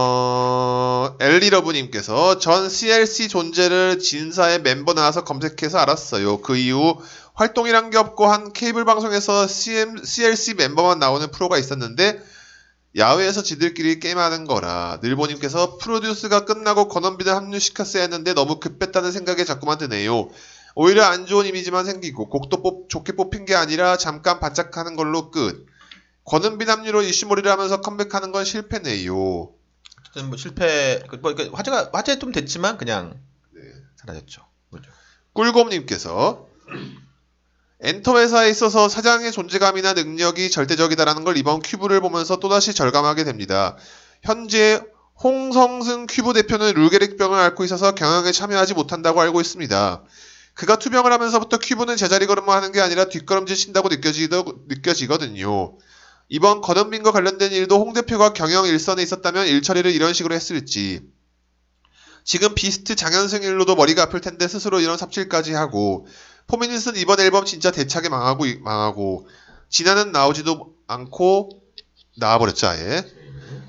어, 엘리러브님께서 전 CLC 존재를 진사의 멤버 나와서 검색해서 알았어요. 그 이후 활동이란 게 없고 한 케이블 방송에서 CM, CLC 멤버만 나오는 프로가 있었는데 야외에서 지들끼리 게임하는 거라 늘보님께서 프로듀스가 끝나고 건원비를 합류시켰어야 했는데 너무 급했다는 생각이 자꾸만 드네요. 오히려 안 좋은 이미지만 생기고 곡도 뽑- 좋게 뽑힌 게 아니라 잠깐 반짝하는 걸로 끝. 권은비 합류로 이슈몰이를 하면서 컴백하는 건 실패네요.
어쨌든 뭐 실패, 그, 뭐, 그러니까 화제가 화제 좀 됐지만 그냥
네.
사라졌죠. 그죠.
꿀곰님께서 엔터 회사에 있어서 사장의 존재감이나 능력이 절대적이다라는 걸 이번 큐브를 보면서 또다시 절감하게 됩니다. 현재 홍성승 큐브 대표는 룰게릭병을 앓고 있어서 경영에 참여하지 못한다고 알고 있습니다. 그가 투병을 하면서부터 큐브는 제자리 걸음만 하는 게 아니라 뒷걸음질 친다고 느껴지더, 느껴지거든요. 이번 건은빈과 관련된 일도 홍 대표가 경영 일선에 있었다면 일처리를 이런 식으로 했을지 지금 비스트 장현승 일로도 머리가 아플 텐데 스스로 이런 삽질까지 하고 포미닛은 이번 앨범 진짜 대차게 망하고 이- 망하고 진아는 나오지도 않고 나와버렸죠 아예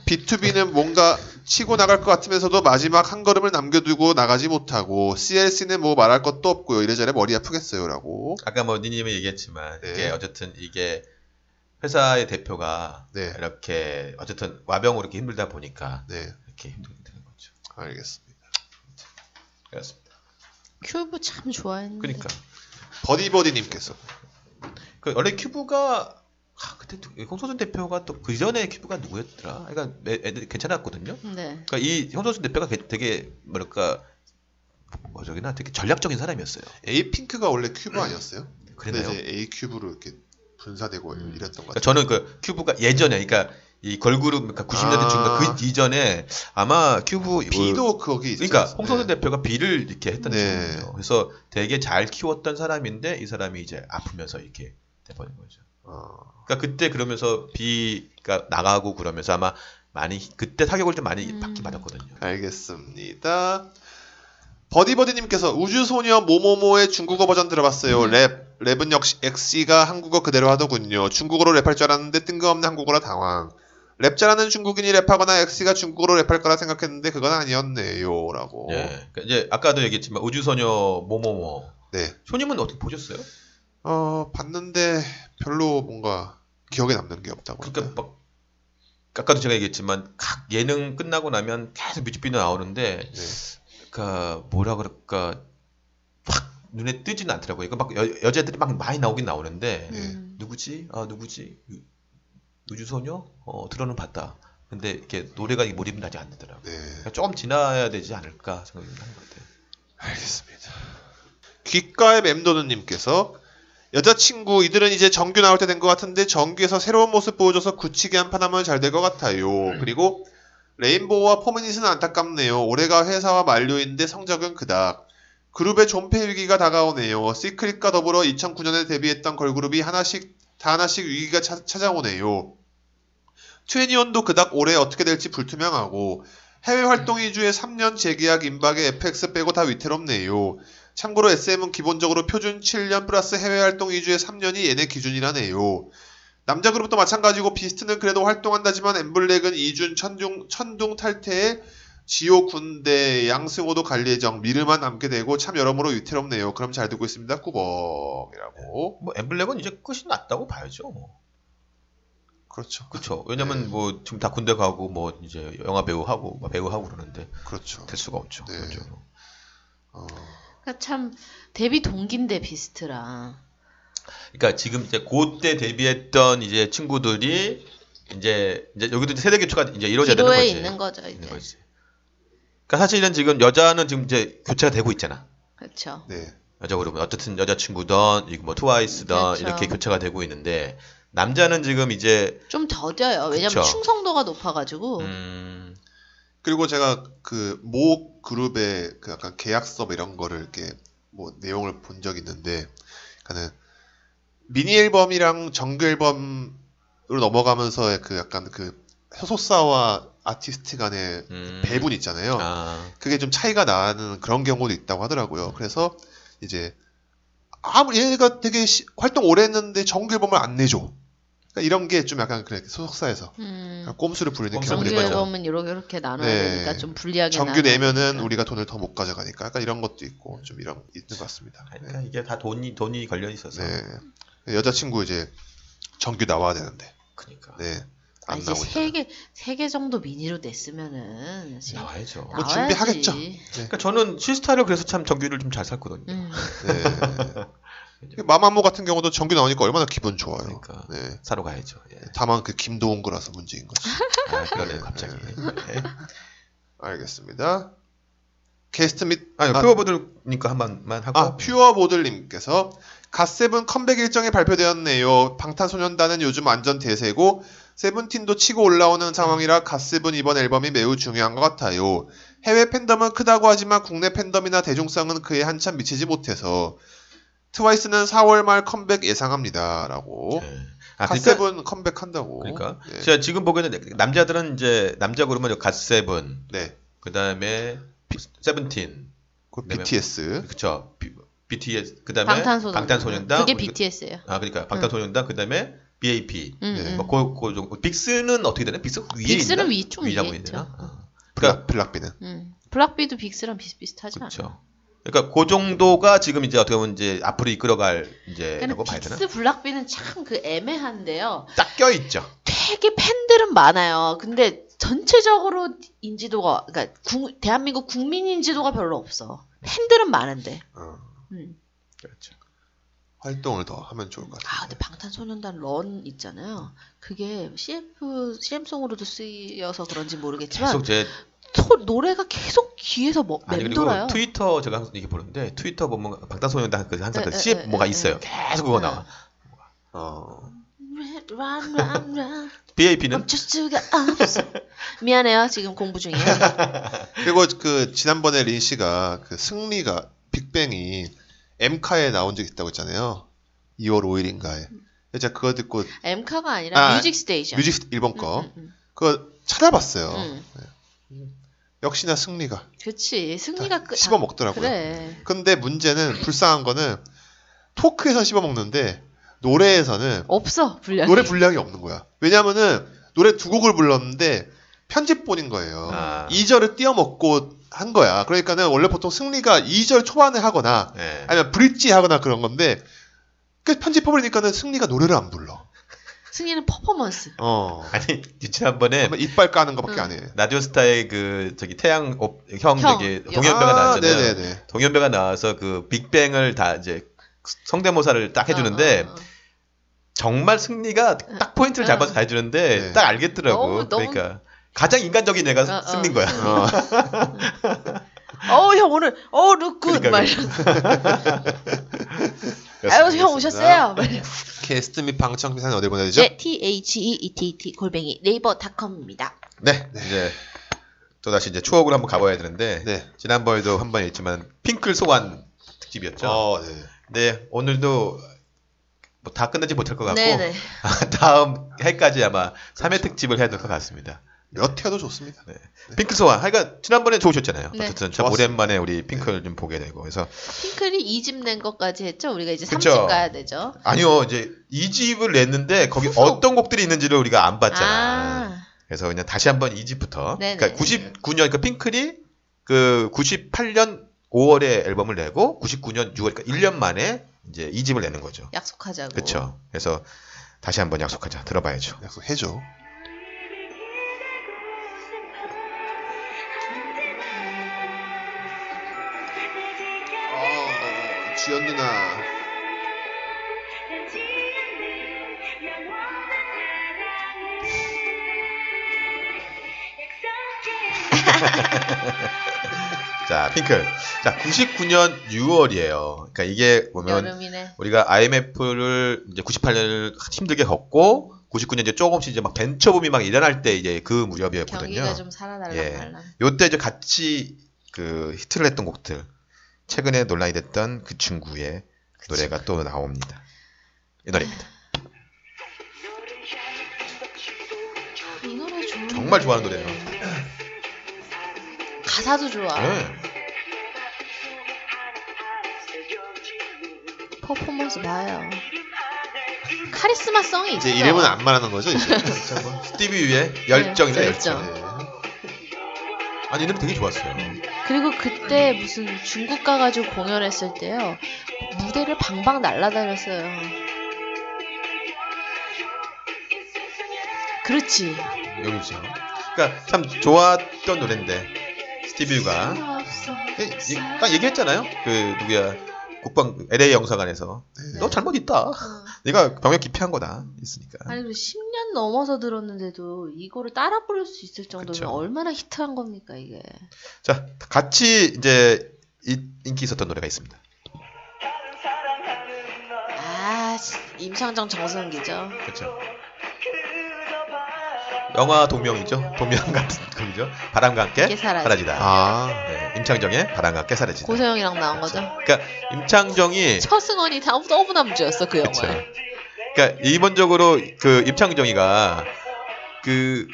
B2B는 뭔가 치고 나갈 것 같으면서도 마지막 한 걸음을 남겨두고 나가지 못하고 CLC는 뭐 말할 것도 없고요 이래저래 머리 아프겠어요라고
아까 뭐 니님이 얘기했지만
네.
이게 어쨌든 이게 회사의 대표가
네.
이렇게 어쨌든 와병으로 이렇게 힘들다 보니까
네
이렇게 힘들게 되는 거죠.
알겠습니다
그렇습니다.
큐브 참 좋아했는데.
그러니까
버디버디님께서
그 원래 큐브가 아, 그때 또 홍소준 대표가 또 그 전에 큐브가 누구였더라? 그러니까 애- 애들 괜찮았거든요.
네.
그러니까 이 홍소준 대표가 게- 되게 뭐랄까 뭐 저기나 되게 전략적인 사람이었어요.
에이핑크가 원래 큐브 아니었어요? 근데
음, 그랬나요?
이제 A큐브로 이렇게 분사되고
음.
이랬던 것
그러니까
같아요
저는 그 큐브가 예전에 그러니까 이 걸그룹 그러니까 90년대 중반
아.
그 이전에 아마 큐브
B도 거기 네. 있죠.
그러니까 홍성준 대표가 비를 이렇게 했던
네.
친구예요. 그래서 되게 잘 키웠던 사람인데 이 사람이 이제 아프면서 이렇게 돼버린 거죠.
어,
그러니까 그때 그러면서 비가 나가고 그러면서 아마 많이 그때 사격을 좀 많이
음.
받긴 받았거든요.
알겠습니다. 버디버디님께서 우주소녀 모모모의 중국어 버전 들어봤어요. 랩. 랩은 역시 XC가 한국어 그대로 하더군요. 중국어로 랩할 줄 알았는데 뜬금없는 한국어라 당황. 랩 잘하는 중국인이 랩하거나 XC가 중국어로 랩할 거라 생각했는데 그건 아니었네요. 라고.
예. 그러니까 이제 아까도 얘기했지만 우주소녀 모모모.
네.
쇼님은 어떻게 보셨어요?
어, 봤는데 별로 뭔가 기억에 남는 게 없다고.
그러니까
할까요?
막 아까도 제가 얘기했지만 각 예능 끝나고 나면 계속 뮤직비디오 나오는데
네.
그러니까 뭐라 그럴까 확 눈에 뜨지는 않더라고요. 그러니까 막 여, 여자들이 막 많이 나오긴 나오는데
네.
음.
누구지? 아 누구지? 유- 유주소녀? 어 들어는 봤다. 근데 이렇게 노래가 몰입이 나지 않더라고요.
네.
그러니까 조금 지나야 되지 않을까 생각이 하는 것 같아요.
알겠습니다. 귓가의 맴도는님께서 여자친구 이들은 이제 정규 나올 때 된 것 같은데 정규에서 새로운 모습 보여줘서 굳히게 한 판 하면 잘 될 것 같아요. 그리고 레인보우와 포미닛은 안타깝네요. 올해가 회사와 만료인데 성적은 그닥. 그룹의 존폐 위기가 다가오네요. 시크릿과 더불어 2009년에 데뷔했던 걸그룹이 하나씩 다 하나씩 위기가 차- 찾아오네요. 트웬티원도 그닥 올해 어떻게 될지 불투명하고 해외 활동 위주의 3년 재계약 임박에 FX 빼고 다 위태롭네요. 참고로 SM은 기본적으로 표준 7년 플러스 해외 활동 위주의 3년이 얘네 기준이라네요. 남자 그룹도 마찬가지고 비스트는 그래도 활동한다지만 엠블랙은 이준 천둥, 천둥 탈퇴에 지호 군대 양승호도 관리정 미르만 남게 되고 참 여러모로 위태롭네요. 그럼 잘 듣고 있습니다. 꾸벅이라고.
뭐 엠블랙은 이제 끝이 났다고 봐야죠. 뭐.
그렇죠.
그렇죠. 왜냐면
네.
뭐 지금 다 군대 가고 뭐 이제 영화 배우 하고 뭐 배우 하고 그러는데
그렇죠.
될 수가 없죠.
네.
그렇죠.
어,
그러니까 참 데뷔 동기인데 비스트랑.
그러니까 지금 이제 그때 데뷔했던 이제 친구들이 이제 이제 여기도 이제 세대 교체가 이제 이루어져야 되는
기로에
거지.
있는 거죠
있는
이제.
거지. 그러니까 사실은 지금 여자는 지금 이제 교체가 되고 있잖아.
그렇죠.
네.
여자 그룹은 어쨌든 여자친구든 이거 뭐 트와이스든
그렇죠.
이렇게 교체가 되고 있는데 남자는 지금 이제
좀 더뎌요. 왜냐면
그쵸.
어. 충성도가 높아가지고.
음,
그리고 제가 그 모 그룹의 그 약간 계약서 뭐 이런 거를 이렇게 뭐 내용을 본 적이 있는데, 그는 미니 앨범이랑 정규 앨범으로 넘어가면서의 그 약간 그 소속사와 아티스트 간의
음.
배분 있잖아요.
아,
그게 좀 차이가 나는 그런 경우도 있다고 하더라고요. 그래서 이제 아무리 얘가 되게 시- 활동 오래 했는데 정규 앨범을 안 내줘. 그러니까 이런 게 좀 약간 그래 소속사에서
음,
약간 꼼수를 부리는
꼼수
경우도
정규
부리는 거죠.
있고
앨범은 이렇게 이렇게 나눠야
네.
되니까 좀 불리하게
정규 내면은
나눠야
우리가 돈을 더 못 가져가니까 약간 이런 것도
음.
있고 좀 이런 있는 것 같습니다.
네,
그러니까 이게 다 돈이 돈이 걸려 있어서.
네.
그렇죠.
네. 여자친구 이제 정규 나와야 되는데
그러니까
네.
되니까. 아,
안
이제
나오고
세
있다.
개 세 개 정도 미니로 냈으면은 지금
나와야죠.
뭐
나와야지.
준비하겠죠.
그러니까 저는 시스타를 그래서 참 정규를 좀 잘 샀거든요.
음. [laughs]
네. 마마무 같은 경우도 정규 나오니까 얼마나 기분 좋아요.
그러니까.
네.
사러 가야죠.
[laughs]
예.
다만 그 김도훈 거라서 문제인 거죠.
아, 그러네요, 갑자기. 예.
알겠습니다. 게스트 및
아니,
아,
퓨어보드니까 한 번만 하고. 예.
아, 퓨어 모델님께서 갓세븐 컴백 일정이 발표되었네요. 방탄소년단은 요즘 완전 대세고 세븐틴도 치고 올라오는 상황이라 갓세븐 이번 앨범이 매우 중요한 것 같아요. 해외 팬덤은 크다고 하지만 국내 팬덤이나 대중성은 그에 한참 미치지 못해서 트와이스는 4월 말 컴백 예상합니다라고.
예. 아, 그러니까,
갓세븐 컴백한다고.
그러니까
네.
제가 지금 보기에는 남자들은 이제 남자 그룹은 갓세븐,
네.
그 다음에 세븐틴,
그
네 명.
BTS.
그쵸? 비- BTS, 그 다음에
방탄소년단.
방탄소년단.
그게
그리고-
BTS예요.
아, 그러니까 방탄소년단, 그 다음에 BAP.
음,
네.
음.
뭐, 그, 그 정도. 빅스는 어떻게 되나? 빅스 위에
빅스는
있나?
위- 좀
위라고
위에
해야 되나? 아.
블락,
그러니까
블락비는.
음. 블락비도 빅스랑 비슷비슷하지 않아요?
그렇죠. 그러니까 그 정도가 지금 이제 어떻게 보면 이제 앞으로 이끌어갈 네, 이제라고
그러니까
봐야 되나?
빅스 블락비는 참 그 애매한데요.
딱 껴 있죠.
되게 팬들은 많아요. 근데 전체적으로 인지도가 그러니까 국- 대한민국 국민 인지도가 별로 없어. 팬들은 많은데.
어,
음.
그렇죠.
활동을 더 하면 좋을 것
아
같아요.
근데 방탄소년단 런 있잖아요. 그게 CF CM송으로도 쓰여서 그런지 모르겠지만
계속 제
소- 노래가 계속 귀에서 뭐,
아니 그리고
맴돌아요.
트위터 제가 항상 이렇게 보는데 트위터 보면 방탄소년단 그 항상 그
에, 에, 에,
CF 뭐가
에,
있어요.
에.
계속 그거 나와.
어.
Red, run, run,
[laughs]
run.
BAP는
멈출 수가 없어. 미안해요. 지금 공부 중이에요.
그리고 그 지난번에 린 씨가 그 승리가 빅뱅이 M카에 나온 적 있다고 했잖아요. 2월 5일인가에. 제가 그거 듣고
엠카가 아니라
아,
뮤직 스테이션.
뮤직 일본
그렇죠. 음,
거
음, 음.
그거 찾아봤어요.
음.
역시나 승리가
그치. 승리가 끝. 아,
씹어 먹더라고요.
그래.
근데 문제는 불쌍한 거는 토크에서 씹어 먹는데 노래에서는
없어 분량이.
노래 분량이 없는 거야. 왜냐면은 노래 두 곡을 불렀는데 편집본인 거예요.
아.
2절을 띄어먹고 한 거야. 그러니까는 원래 보통 승리가 2절 초반에 하거나
예.
아니면 브릿지 하거나 그런 건데 그 편집해버리니까는 승리가 노래를 안 불러.
승리는 퍼포먼스.
어.
아니 [laughs] 지난번에
아마 이빨 까는 거밖에
음.
안 해.
라디오스타의 그 저기 태양 업- 형,
형.
저기
아,
동현배가 나왔잖아요.
네네네.
동현배가 나와서 그 빅뱅을 다 이제 성대모사를 딱 해주는데
어, 어, 어.
정말 승리가 딱 포인트를
어.
잘 봐서 잘 주는데
네.
딱 알겠더라고.
너무, 너무-
그러니까 가장 인간적인 애가
어, 어.
승리인 거야.
어.
어우 형 오늘 어우 룩굿
그러니까,
막 이러면서 아유 형 오셨어요
네,
막 이러면서.
게스트 및 방청 기사는 어디 보내야 되죠?
네 T H E E T T 골뱅이 네이버닷컴입니다
네, 이제 또 다시 이제 추억으로 한번 가봐야 되는데
네.
지난번에도 한 번 했지만 핑클 소환 특집이었죠.
어, 네.
네, 오늘도 뭐 다 끝내지 못할 것 같고
네네
[laughs] 다음 해까지 아마 3회 특집을 해야 될 것 같습니다.
몇 회도 좋습니다.
핑클 소환, 그러니까 지난번에 좋으셨잖아요.
네.
어쨌든 참
좋았어요.
오랜만에 우리
네.
핑클 좀 보게 되고 그래서
핑클이 2집 낸 것까지 했죠 우리가 이제
그쵸.
3집 가야 되죠
아니요 이제 이 집을 냈는데 거기
후속.
어떤 곡들이 있는지를 우리가 안 봤잖아.
아
그래서 그냥 다시 한번 이 집부터.
네네.
그러니까 99년 그 핑클이 그 98년 5월에 앨범을 내고 99년 6월 그러니까 1년 만에 이제 이 집을 내는 거죠.
약속하자고
그렇죠. 그래서 다시 한번 약속하자. 들어봐야죠.
네, 약속해줘. 어, 주연 누나.
자, 핑클. 자, 99년 6월이에요. 그러니까 이게 보면
여름이네
우리가 IMF를 이제 98년을 힘들게 걷고 99년 이제 조금씩 이제 막 벤처붐이 막 일어날 때 이제 그
경기가
무렵이었거든요.
좀 살아날랑
예.
말랑.
요때 이제 같이 그 히트를 했던 곡들 최근에 논란이 됐던 그 친구의
그치.
노래가 또 나옵니다. 이 노래입니다.
이 노래 좋은
정말 좋아하는 노래예요.
가사도 좋아.
예.
퍼포먼스 봐요. 카리스마 성이 있어.
이제 이름은 안 말하는 거죠 이제.
[laughs]
스티비 위의 네, 열정이네
네,
열정.
열정. 음.
예. 아니 이 노래 되게 좋았어요.
그리고 그때 무슨 중국 가가지고 공연했을 때요 무대를 방방 날라다녔어요. 그렇지.
여기 보세요. 그러니까 참 좋았던 노래인데 스티비 유가 예, 예, 아까 얘기했잖아요. 그 누구야 국방 LA 영사관에서
네.
너 잘못 있다. 네가 병역 기피한 거다. 있으니까.
어. 아니 그 10년 넘어서 들었는데도 이거를 따라 부를 수 있을 정도면
그쵸.
얼마나 히트한 겁니까 이게.
자, 같이 이제 이- 인기 있었던 노래가 있습니다.
아 씨, 임창정 정승기죠.
그렇죠. 영화 동명이죠. 동명 같은 [laughs] 곡이죠. 바람과 함께
함께 사라지다.
사라지다.
아
네, 임창정의 바람과 함께 사라지다.
고소영이랑 나온 거죠.
그러니까 임창정이
처승원이 다음 너무 남주였어 그
예. 그렇죠.
영화에.
그러니까 일본적으로 그 임창정이가 그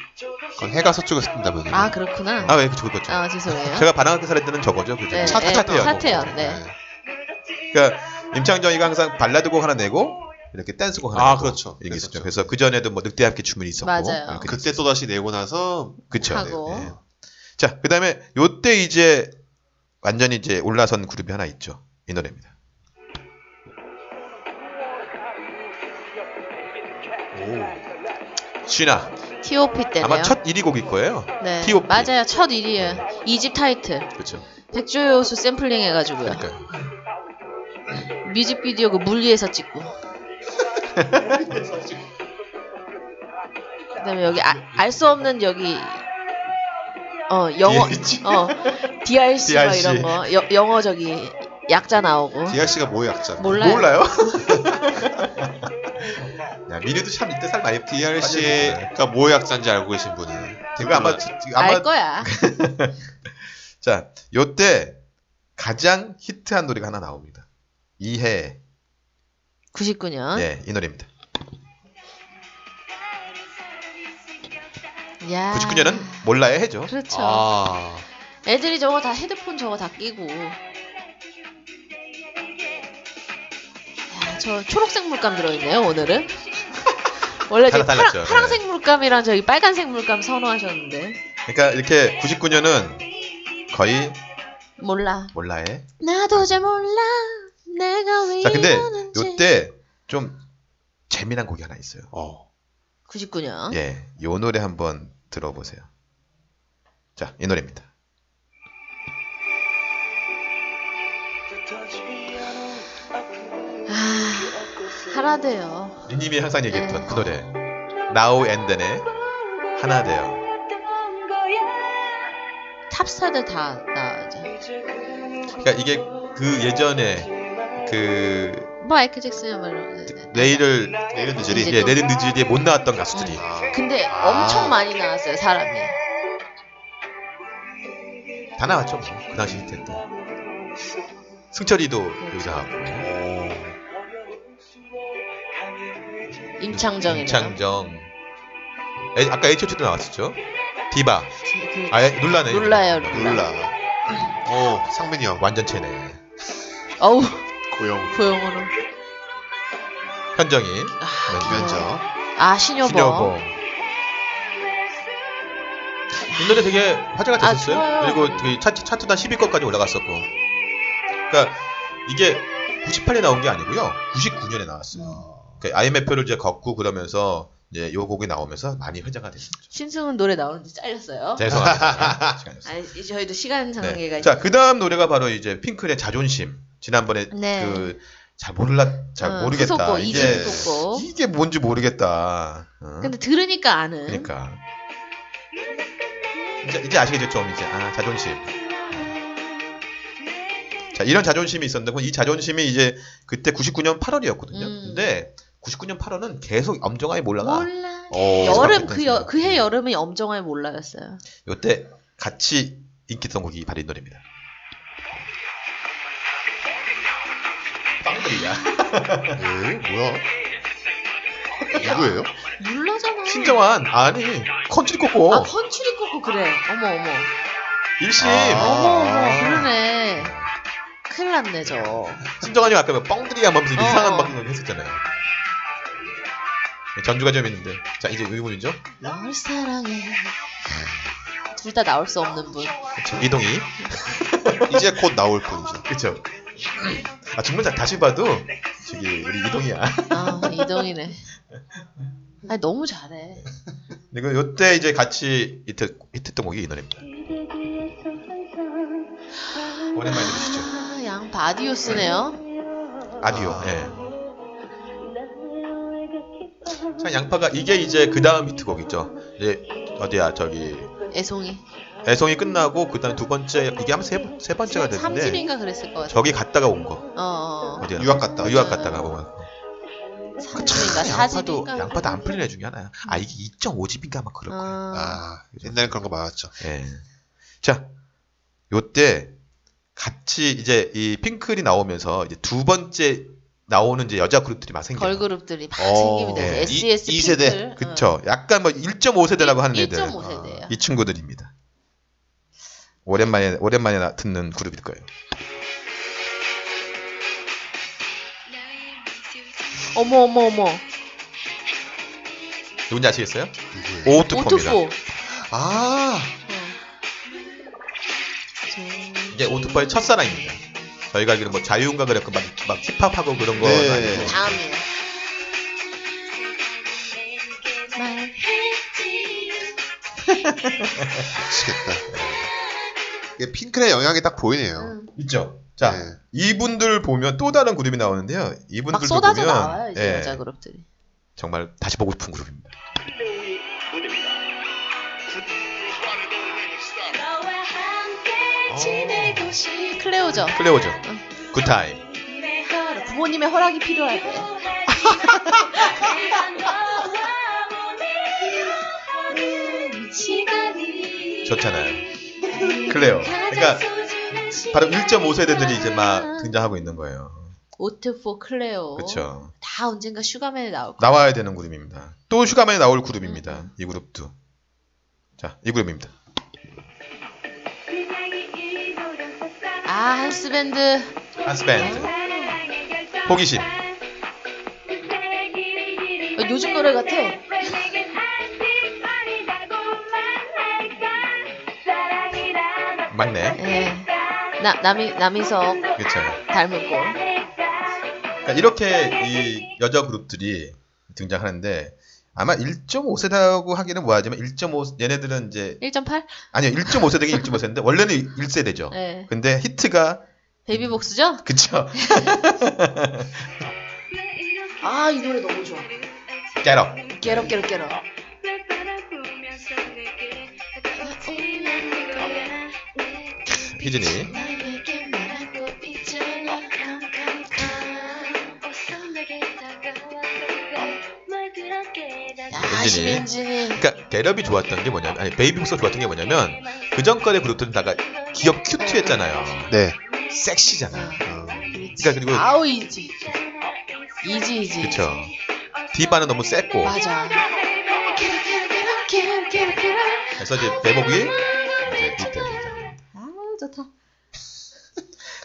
그건 해가 서쪽에 뜬다면.
아 그렇구나.
아, 왜 그쵸 그거죠.
아 죄송해요.
제가 바람과 함께 사라지다는 저거죠. 그죠?
네, 네,
차태현.
차태현, 네.
그러니까 임창정이가 항상 발라드곡 하나 내고 이렇게 댄스곡 하나
아,
내고
그렇죠.
이렇게 했었죠.
그랬었죠.
그래서 그 전에도 뭐 늑대 함께 춤은 있었고
맞아요.
아, 그,
그때 또 다시 내고 나서
그쵸.
하고.
네. 자 그다음에 요때 이제 완전히 이제 올라선 그룹이 하나 있죠. 이 노래입니다. 오. 신화
T.O.P 때네요.
아마 첫 1위 곡일 거예요.
네.
T.O.P.
맞아요. 첫 1위에요. 2집 타이틀.
그렇죠.
백조요수 샘플링 해가지고요.
그러니까
뮤직비디오 그 물리에서
[laughs]
찍고. 그다음에 여기 아, 알 수 없는 여기 어
[laughs]
영어
DLC.
어 DLC 막
DLC.
뭐 이런 거 여- 영어 저기 약자 나오고
DRC가 뭐의 약자?
몰라요.
몰라요? 야 미래도 참 이때 살 많이 빠졌구나.
DRC가 뭐의 약자인지 알고 계신 분은
그거 아마 아마
알
[laughs]
거야.
자, 요때 가장 히트한 노래가 하나 나옵니다. 이해.
99년.
예, 이 노래입니다.
야.
99년은 몰라야 해죠.
아. 그렇죠.
아
애들이 저거 다 헤드폰 저거 다 끼고. 야, 저 초록색 물감 들어있네요
[laughs]
오늘은. 원래 저
달라- 달랐죠. 네.
파랑, 파랑색 물감이랑 저기 빨간색 물감 선호하셨는데
그러니까 이렇게 99년은 거의
몰라.
몰라해.
나도 잘 몰라. 내가 왜
자, 근데
이러는지.
요때 좀 재미난 곡이 하나 있어요.
어.
99년.
예, 요 노래 한번 들어보세요. 자, 이 노래입니다.
아, 하라돼요.
니님이 항상 얘기했던
예.
그 노래. Now and Then의 하나 돼요.
탑스타들 다 나오죠. 뭐,
그러니까 이게 그 예전에 그
마이크 잭슨이 뭐 이런. 네, 네.
내일을
내일은
이제
늦으리
또-
예, 내일은 늦으리에 못 나왔던 가수들이
아.
근데
아.
엄청 많이 나왔어요 사람이.
다 나왔죠 뭐. 그 당시 히트했던 승철이도 여기서 나왔고
오.
임창정이랑.
임창정 에, 아까 H.O.T도 나왔었죠 디바
그-
아 예, 놀라네
놀라요,
몰라. 어 상민이 형
완전체네
어우 그
고영
고용으로.
현정이
김현정
아 신여보.
신여범 이 노래 되게 화제가
아,
됐었어요
좋아요.
그리고 되게 차트, 차트단 10위권까지 올라갔었고 그러니까 이게 98년에 나온 게 아니고요 99년에 나왔어요
음.
그 IMF를 이제 걷고 그러면서 이제 요 곡이 나오면서 많이 회자가 됐었죠.
신승은 노래 나오는지 잘렸어요.
[laughs] 죄송합니다. 네, 시간이었어요.
아니, 이- 저희도 시간
네.
관계가
자, 그 다음 노래가 바로 이제 핑클의 자존심. 지난번에
네.
그 잘 몰라, 잘
어,
모르겠다.
후속곡,
이게
이집 후속곡.
이게 뭔지 모르겠다. 어?
근데 들으니까 아는.
그러니까 이제, 이제 아시겠죠, 좀 이제 아 자존심. 자, 이런 자존심이 있었는데, 그럼 이 자존심이 이제 그때 99년 8월이었거든요.
음.
근데 99년 8월은 계속 엄정화에 몰라가
몰라.
어,
여름
그렇겠다,
그 여-
진짜.
그해 여름이 엄정화의 몰라였어요.
이때 같이 인기성 곡이 발인 노래입니다. 빵들이야.
에 뭐야? 누구예요?
몰라잖아.
신정환 아니 컨트리 꼬꼬
아 컨츄리 꼬고 그래. 어머 어머.
일심
아.
어머 어머 그러네. 큰일 났네 저.
신정환이 아까 뭐 뻥들이야 하면서
어.
이상한 막 그런 거 했었잖아요. 전주가 좀 있는데 자 이제 의문이죠.
널 사랑해. 둘 다 나올 수 없는 분.
그쵸, 이동이
이제 곧 나올 뿐이죠.
[laughs] 그쵸. 아 중문자 다시 봐도 저기 우리 이동이야.
아 이동이네. 아니 너무 잘해.
그리고 요때 이제 같이 히트 히트했던 곡이 이 노래입니다. 오랜만에 들으시죠.
아, 양 바디오스네요.
아디오.
아.
예. 참 양파가 이게 이제 그 다음 히트곡이죠. 이제 어디야 저기
애송이.
애송이 끝나고 그다음 두 번째 이게 한번 세, 세 번째가 됐는데
3집인가 그랬을 것 같아.
저기 갔다가 온 거.
어, 어.
어디야?
유학 갔다.
어, 유학 갔다가 온 거.
3집인가
양파도
4집인가.
양파도 안 풀리는 애 중에 하나야. 아 이게 2.5집인가 막 그럴 거야.
아,
아, 옛날에 그런 거 많았죠.
예. 자, 요때 같이 이제 이 핑클이 나오면서 이제 두 번째 나오는 이제 여자 그룹들이 막 생겨.
걸그룹들이 막
어,
생깁니다.
예.
S.E.S.
이- 이 세대.
핑클. 어,
그쵸. 약간 뭐 1.5세대라고 하는 애들. 어, 아,
1.5세대예요.
이 친구들입니다. 오랜만에 오랜만에 나- 듣는 그룹일 거예요.
어머 어머 어머.
누군지 아시겠어요?
누구예요?
오투포입니다.
오토포.
아,
어.
이제 오투포의 첫사랑입니다. 저희가 알기로 뭐 자유음과 그랬고 막, 막 힙합하고 그런 거
네.
아니고
다음이에요.
미치겠다. 이게 핑클의 영향이 딱 보이네요.
응.
있죠. 자
네.
이분들 보면 또 다른 그룹이 나오는데요.
막
이분들도
쏟아져
보면
나와요 이제
예,
여자 그룹들이.
정말 다시 보고 싶은 그룹입니다.
클레오죠.
어. 클레오죠.
응.
굿타임.
부모님의 허락이 필요하대.
좋잖아요. 클레오. 그러니까 바로 1.5세대들이 이제 막 등장하고 있는 거예요.
오트포 클레오.
그렇죠.
다 언젠가 슈가맨에 나올 거.
나와야 되는 그룹입니다. 또 슈가맨에 나올 그룹입니다. 이 그룹도. 자, 이 그룹입니다.
아 한스밴드.
한스밴드. 호기심.
어, 요즘 노래 같아.
맞네.
예. 나 남이 남이석
그렇죠.
닮은 꼴.
그러니까 이렇게 이 여자 그룹들이 등장하는데 아마 1.5세대라고 하기는 뭐하지만 1.5 얘네들은 이제
1.8?
아니요 1.5세대긴 1.5세대인데 원래는 1세대죠.
네.
근데 히트가
베이비복스죠?
그쵸.
아, 이 노래 너무 좋아.
깨러.
깨럽, 깨럽, 깨럽.
희진이.
야,
엔진이.
심엔진이.
그러니까 게럽이 좋았던 게 뭐냐면 아니 베이비복스가 좋았던 게 뭐냐면 그 전까지 그룹들은 다가 기업 큐트했잖아요.
네.
섹시잖아.
어,
그러니까 그리고 네,
아우, 이지. 이지, 이지.
그쵸. 디바는 너무 쎘고
맞아.
그래서 이제 배복이 이제 밑에 이제.
아, 좋다.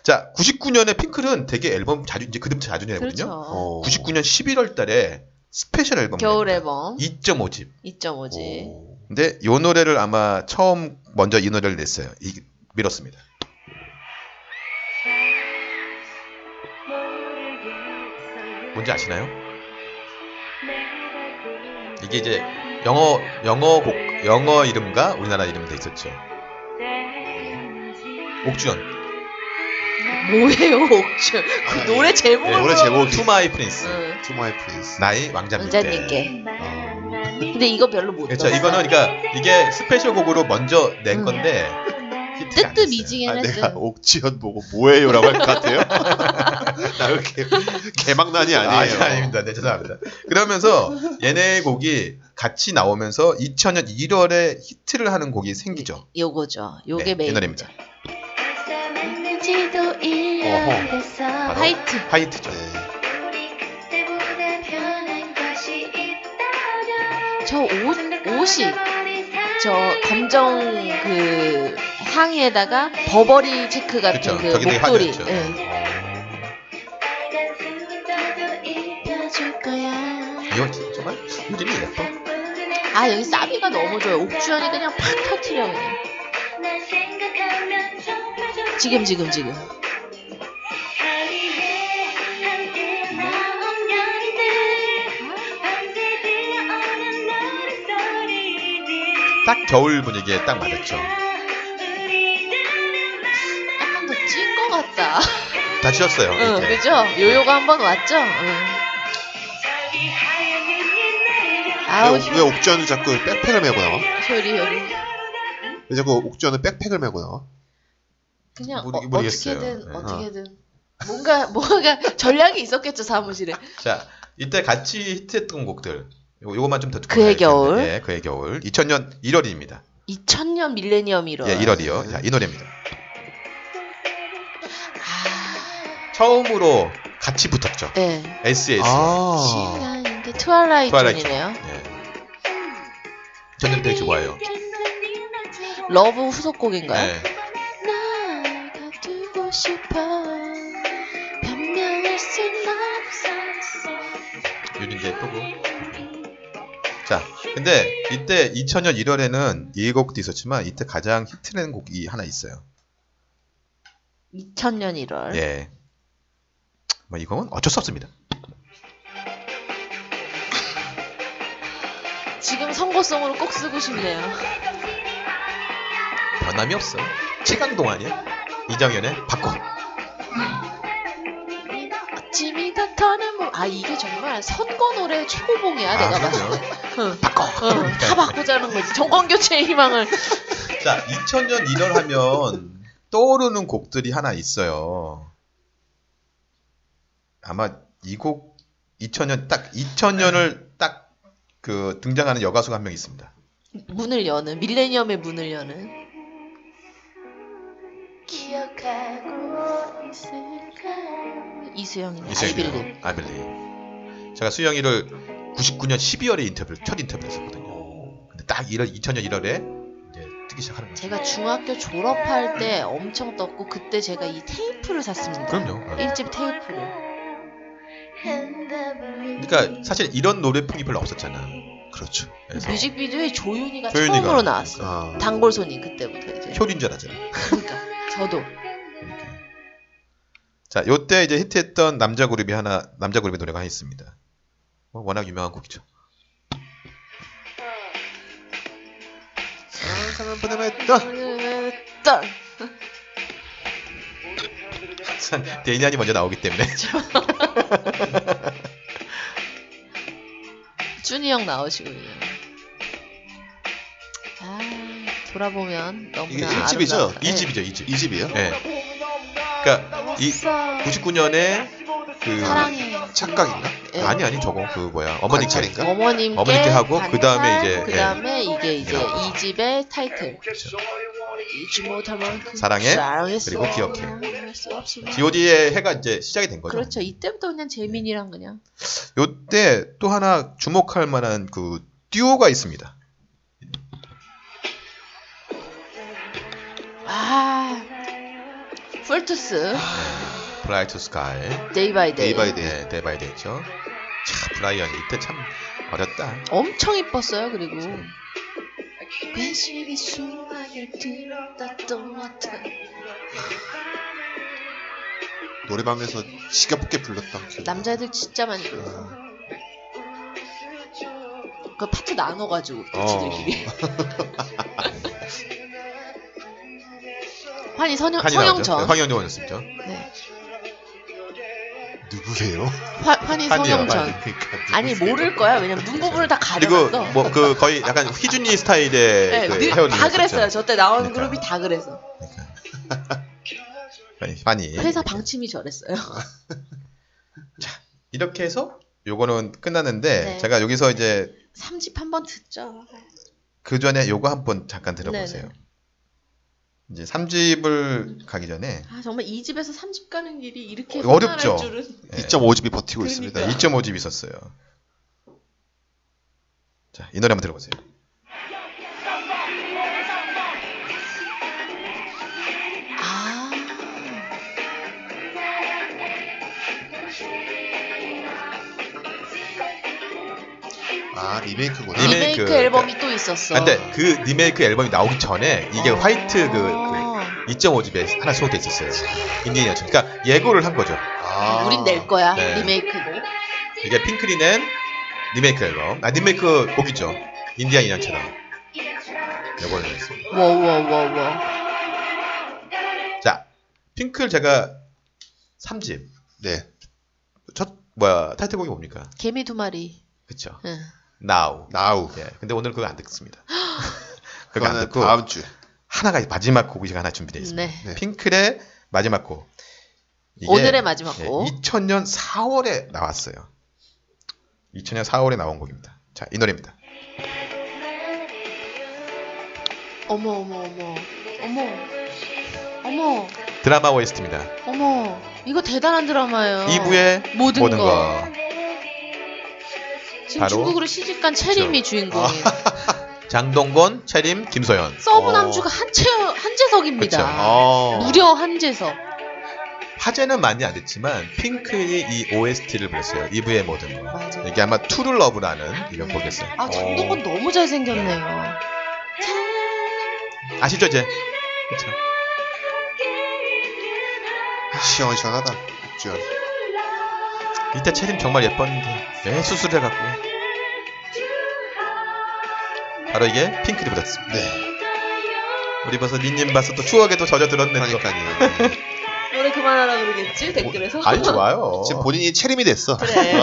자 99년에 핑클은 되게 앨범 자주 이제 그룹 자주 내거든요.
그렇죠.
어.
99년 11월달에 스페셜 앨범
겨울
냅니다.
앨범
2.5집.
2.5지.
오.
근데 이 노래를 아마 처음 먼저 이 노래를 냈어요. 이, 밀었습니다. 뭔지 아시나요? 이게 이제 영어 영어 곡 영어 이름과 우리나라 이름 돼 있었죠. 옥주현
뭐예요, 옥주. 그 노래 제목을.
네,
노래
물어봐. 어.
제목
예, 투 마이 프린스
응.
투마이 프린스.
나의 왕자님 때.
원장님께. 근데 이거 별로 못
그렇죠.
들었어.
이거는 그러니까 이게 스페셜 곡으로 먼저 낸
음.
건데 히트가
뜨뜻
안 됐어요. [laughs]
미징
아,
했는
내가 옥지연 보고 뭐예요라고 할 것 같아요. 나 이렇게 개망난이 예, 아니에요.
아니, 아닙니다. 네, 죄송합니다. 그러면서 얘네 곡이 같이 나오면서 2000년 1월에 히트를 하는 곡이 생기죠.
요거죠. 요게
네,
메인.
이 노래입니다.
어허.
바로 화이트.
화이트죠.
네.
저 옷, 옷이 저 검정 그 상의에다가 버버리 체크 같은
그쵸,
그
저게 되게
목도리.
화려했죠.
예.
이건 진- 정말 요즘이 예뻐.
아 여기 사비가 너무 좋아요. 옥주현이 그냥 팍 터트려 그냥. 지금 지금 지금.
딱 겨울 분위기에 딱 맞았죠.
약간 더 찐 것 같다.
다 쉬었어요.
응,
이렇게.
그죠? 요요가 한 번 왔죠? 응. 아우,
왜, 왜 옥주현은 자꾸 백팩을 메고 나와?
효리, 효리.
왜 자꾸 옥주현은 백팩을 메고 나와?
그냥
모르-
어, 떻게
모르겠어요.
든
네.
어떻게든 뭔가 [laughs] 뭔가 전략이 있었겠죠 사무실에
자, 이때 같이 히트했던 곡들. 요, 요것만 좀 더 듣고
그해
가야겠는데.
겨울.
네, 그해 겨울. 2000년 1월입니다.
2000년 밀레니엄 1월
예, 1월이요. 자, 이 노래입니다.
아,
처음으로 같이 붙었죠.
네
S.S.
아.
시간인데 트와일라이트이네요
예. 저는 되게 좋아해요.
러브 후속곡인가요?
네.
날 가두고 싶어 변명할 순 없었어
유진재 또고 자, 근데 이때 2000년 1월에는 이 곡도 있었지만 이때 가장 히트된 곡이 하나 있어요.
2000년 1월
예. 뭐 이건 어쩔 수 없습니다.
지금 선고송으로 꼭 쓰고 싶네요
변함이 없어. 최강동 아니야? 이정현의 바꿔.
짐이 같아는 뭐- 아 이게 정말 선거 노래 최고봉이야 아, 내가 봤을 때
아, 그럼요.
응.
바꿔.
응, 다 바꾸자는 거지 정권교체의 [laughs] 희망을
자, 2000년 1월 하면 떠오르는 곡들이 하나 있어요. 아마 이 곡 2000년 딱 2000년을 딱 그 등장하는 여가수가 한 명 있습니다.
문을 여는 밀레니엄의 문을 여는
기억하고 있을까?
이수영이네 아이빌리
이세윤 아빌리. 제가 수영이를 99년 12월에 인터뷰 첫 인터뷰를 했었거든요. 근데 딱 1월 2000년 1월에 이제 뜨기 시작하는 거죠.
제가 중학교 졸업할 때 엄청 떴고 그때 제가 이 테이프를 샀습니다
그럼요. 예.
일집 테이프를
그러니까 사실 이런 노래풍이 별로 없었잖아. 그렇죠. 그래서
뮤직비디오에 조윤이가
조윤이가
처음으로 나왔어
아.
단골손님 그때부터 이제
효린 줄 알았잖아.
그러니까 저도
이렇게. 자, 요때 이제 히트했던 남자 그룹이 하나, 남자 그룹의 노래가 하나 있습니다. 뭐 워낙 유명한 곡이죠.
사랑하는 보내면
딴
항상 데이니안이 먼저 나오기 때문에.
준이 형 나오시군요 아 돌아보면
이게
너무나
일집이죠?
아름답다. 네.
이그 집이죠, 이 집.
이 집이요?
예. 그러니까 이 99년에 그
사랑해
착각인가?
예.
아니 아니 저거 그 뭐야 어머니
관찰인가?
차인가?
그렇죠. 어머님께,
어머님께 하고
반찬,
그다음에 이제, 예.
그다음에 이게 이제
이런.
이 집의 타이틀 잊지 그 못할 만큼
사랑해,
사랑했어.
그리고 기억해.
사랑할 수 없으면.
G.O.D의 해가 이제 시작이 된 거죠.
그렇죠 이때부터 그냥 재민이랑 그냥
요때 또 하나 주목할 만한 그 듀오가 있습니다.
아 풀투스
브라이트 스카이,
데이 바이 데이
데이 바이 데이.
네, 데바이데이죠. 참 브라이언 이때 참 어렸다.
엄청 이뻤어요 그리고 그 배식이 수막을 들었다 또 왔다
노래방에서 지겹게 불렀던 기억이 나.
남자애들 진짜 많이 불렀어 그 파트 나눠가지고
어.
지들끼리 환희 선영,
환이 나오죠. 네,
그 성형전
황영전 원였습니다.
네.
누구세요?
네.
화, 환희 성형전
그러니까
아니
누구세요?
모를 거야 왜냐면 눈 부분을 다
그리고
가려놨어
뭐 그 거의 약간 휘준이 스타일의
네,
그
늘
헤어링
다 그랬어요 저때 나온
그러니까.
그룹이 다 그래서
환이 예.
[laughs] 회사 방침이 저랬어요
이렇게 해서 요거는 끝났는데
네.
제가 여기서 이제
3집 한번 듣죠.
그 전에 요거 한번 잠깐 들어보세요.
네네.
이제 3집을 가기 전에
아, 정말 2집에서 3집 가는 길이 이렇게
어, 어렵죠.
편안할 줄은.
예, 네,
2.5집이 버티고 있습니다.
그러니까.
2.5집 있었어요. 자, 이 노래 한번 들어보세요.
아.
아 리메이크구나.
리메이크. 그
리메이크 앨범이 또 있었어.
아, 근데 그 리메이크 앨범이 나오기 전에 이게
어.
화이트 그,
어.
2.5집에 하나 수록돼 있었어요. 인디언 이 그러니까 예고를 한 거죠.
아.
우린 낼 거야.
네.
리메이크고.
이게 핑클이는 리메이크 앨범. 아, 리메이크 곡이죠. 인디언 인형처럼. 요걸 넣었습니다.
워워워워.
자, 핑클 제가 3집.
네.
첫, 뭐야, 타이틀곡이 뭡니까?
개미 두 마리.
그쵸.
응.
Now.
나우.
예, 근데 오늘 그거
[gasps]
안 듣습니다. 그거 안
그거는
듣고.
다음 주.
하나가 마지막 곡이 하나 준비되어 있습니다.
네.
네.
핑클의 마지막 곡. 이게
오늘의 마지막
예,
곡.
2000년 4월에 나왔어요. 2000년 4월에 나온 곡입니다. 자, 이 노래입니다.
어머 어머 어머. 어머. 어머.
드라마 OST입니다.
어머. 이거 대단한 드라마예요.
2부의
모든,
모든
거.
거.
지금
바로- 아.
중국으로 시집간 체림이 주인공이에요.
장동건, 채림, 김소연.
서브
어.
남주가 한채 한재석입니다.
그쵸.
어.
무려 한재석.
화제는 많이 안 됐지만 핑클이 이 OST를 불렀어요. 2부의 모든 거.
맞아.
이게 아마 투를 러브라는 이런 곡이었어요.
아 장동건 너무 잘생겼네요.
아시죠, 이제? 그쵸.
아.
시원시원하다. 그죠.
이때 채림 정말 예뻤는데 왜 수술해갖고 바로 이게 핑클이 불렀습니다.
네.
우리 벌써 니님 봐서 또 추억에도 젖어들었네. 또.
그러니까요.
[laughs]
노래 그만하라 그러겠지 댓글에서. [laughs]
아니 좋아요.
지금 본인이 체림이 됐어.
[laughs]
그래.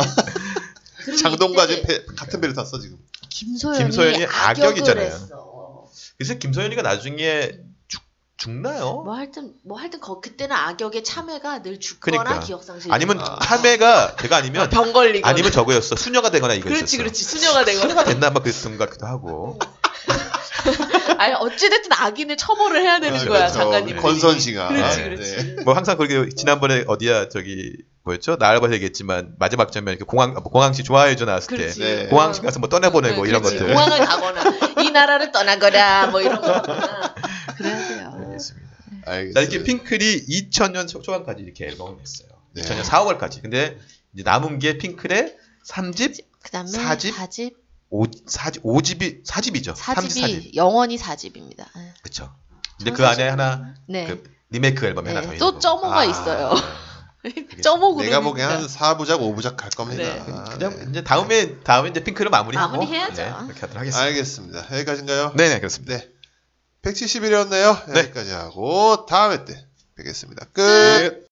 그리고
장동과
이때
지금 배- 같은 배를 탔어 지금.
김소연이,
김소연이
악역을
악역이잖아요.
했어.
그래서 김소연이가 나중에 죽, 죽나요?
뭐 하여튼 뭐 하여튼 거, 그때는 악역의 참회가 늘 죽거나
그러니까.
기억상실.
아니면
아.
카메가 제가 아니면
병 걸리거나.
아니면 저거였어. 수녀가 되거나 이거
그렇지
있었어.
그렇지 수녀가 되거나. [laughs]
수녀가 됐나 막 그랬던 것 같기도 하고.
아니 어찌됐든 악인을 처벌을 해야 되는
그렇죠,
거야
그렇죠.
작가님.
권선징아.
그렇지
네,
그렇지.
뭐 항상 그렇게 지난번에 어디야 저기 뭐였죠? 나알바에서 얘기했지만 마지막 장면 이렇게 공항 뭐 공항시 좋아해줘 나왔을 때
그렇지.
네.
공항시 가서 뭐 떠내보내고
네,
이런
그렇지.
것들.
공항을 가거나 이 나라를 떠나거라 뭐 이런 거거나. 그래야 돼요.
네, 알겠습니다. 자,
알겠습니다.
이렇게 핑클이 2000년 초- 초반까지 이렇게 앨범을 냈어요.
네.
2000년 4월까지. 근데 이제 남은 게 핑클의 3집,
그다음에
사집?
4집,
5, 4집, 5집이 4집이죠. 3집, 4집.
4집이 영원히 4집입니다.
그렇죠. 근데 그 안에 하나
네.
그 리메이크 앨범이 하나
네,
더
또
있는 거고. 아. 네.
점호가 있어요. 점오 네. 어, 그룹입니다.
내가 보기엔 한 4부작, 5부작 갈 겁니다.
네.
그냥
네.
이제 다음에 다음에 이제 핑크를 마무리하고
마무리해야죠.
네, 그렇게 하도록 하겠습니다.
알겠습니다. 여기까지인가요?
네, 네, 그렇습니다.
네. 171이었네요.
네.
여기까지 하고 다음 회 때 뵙겠습니다. 끝.
끝.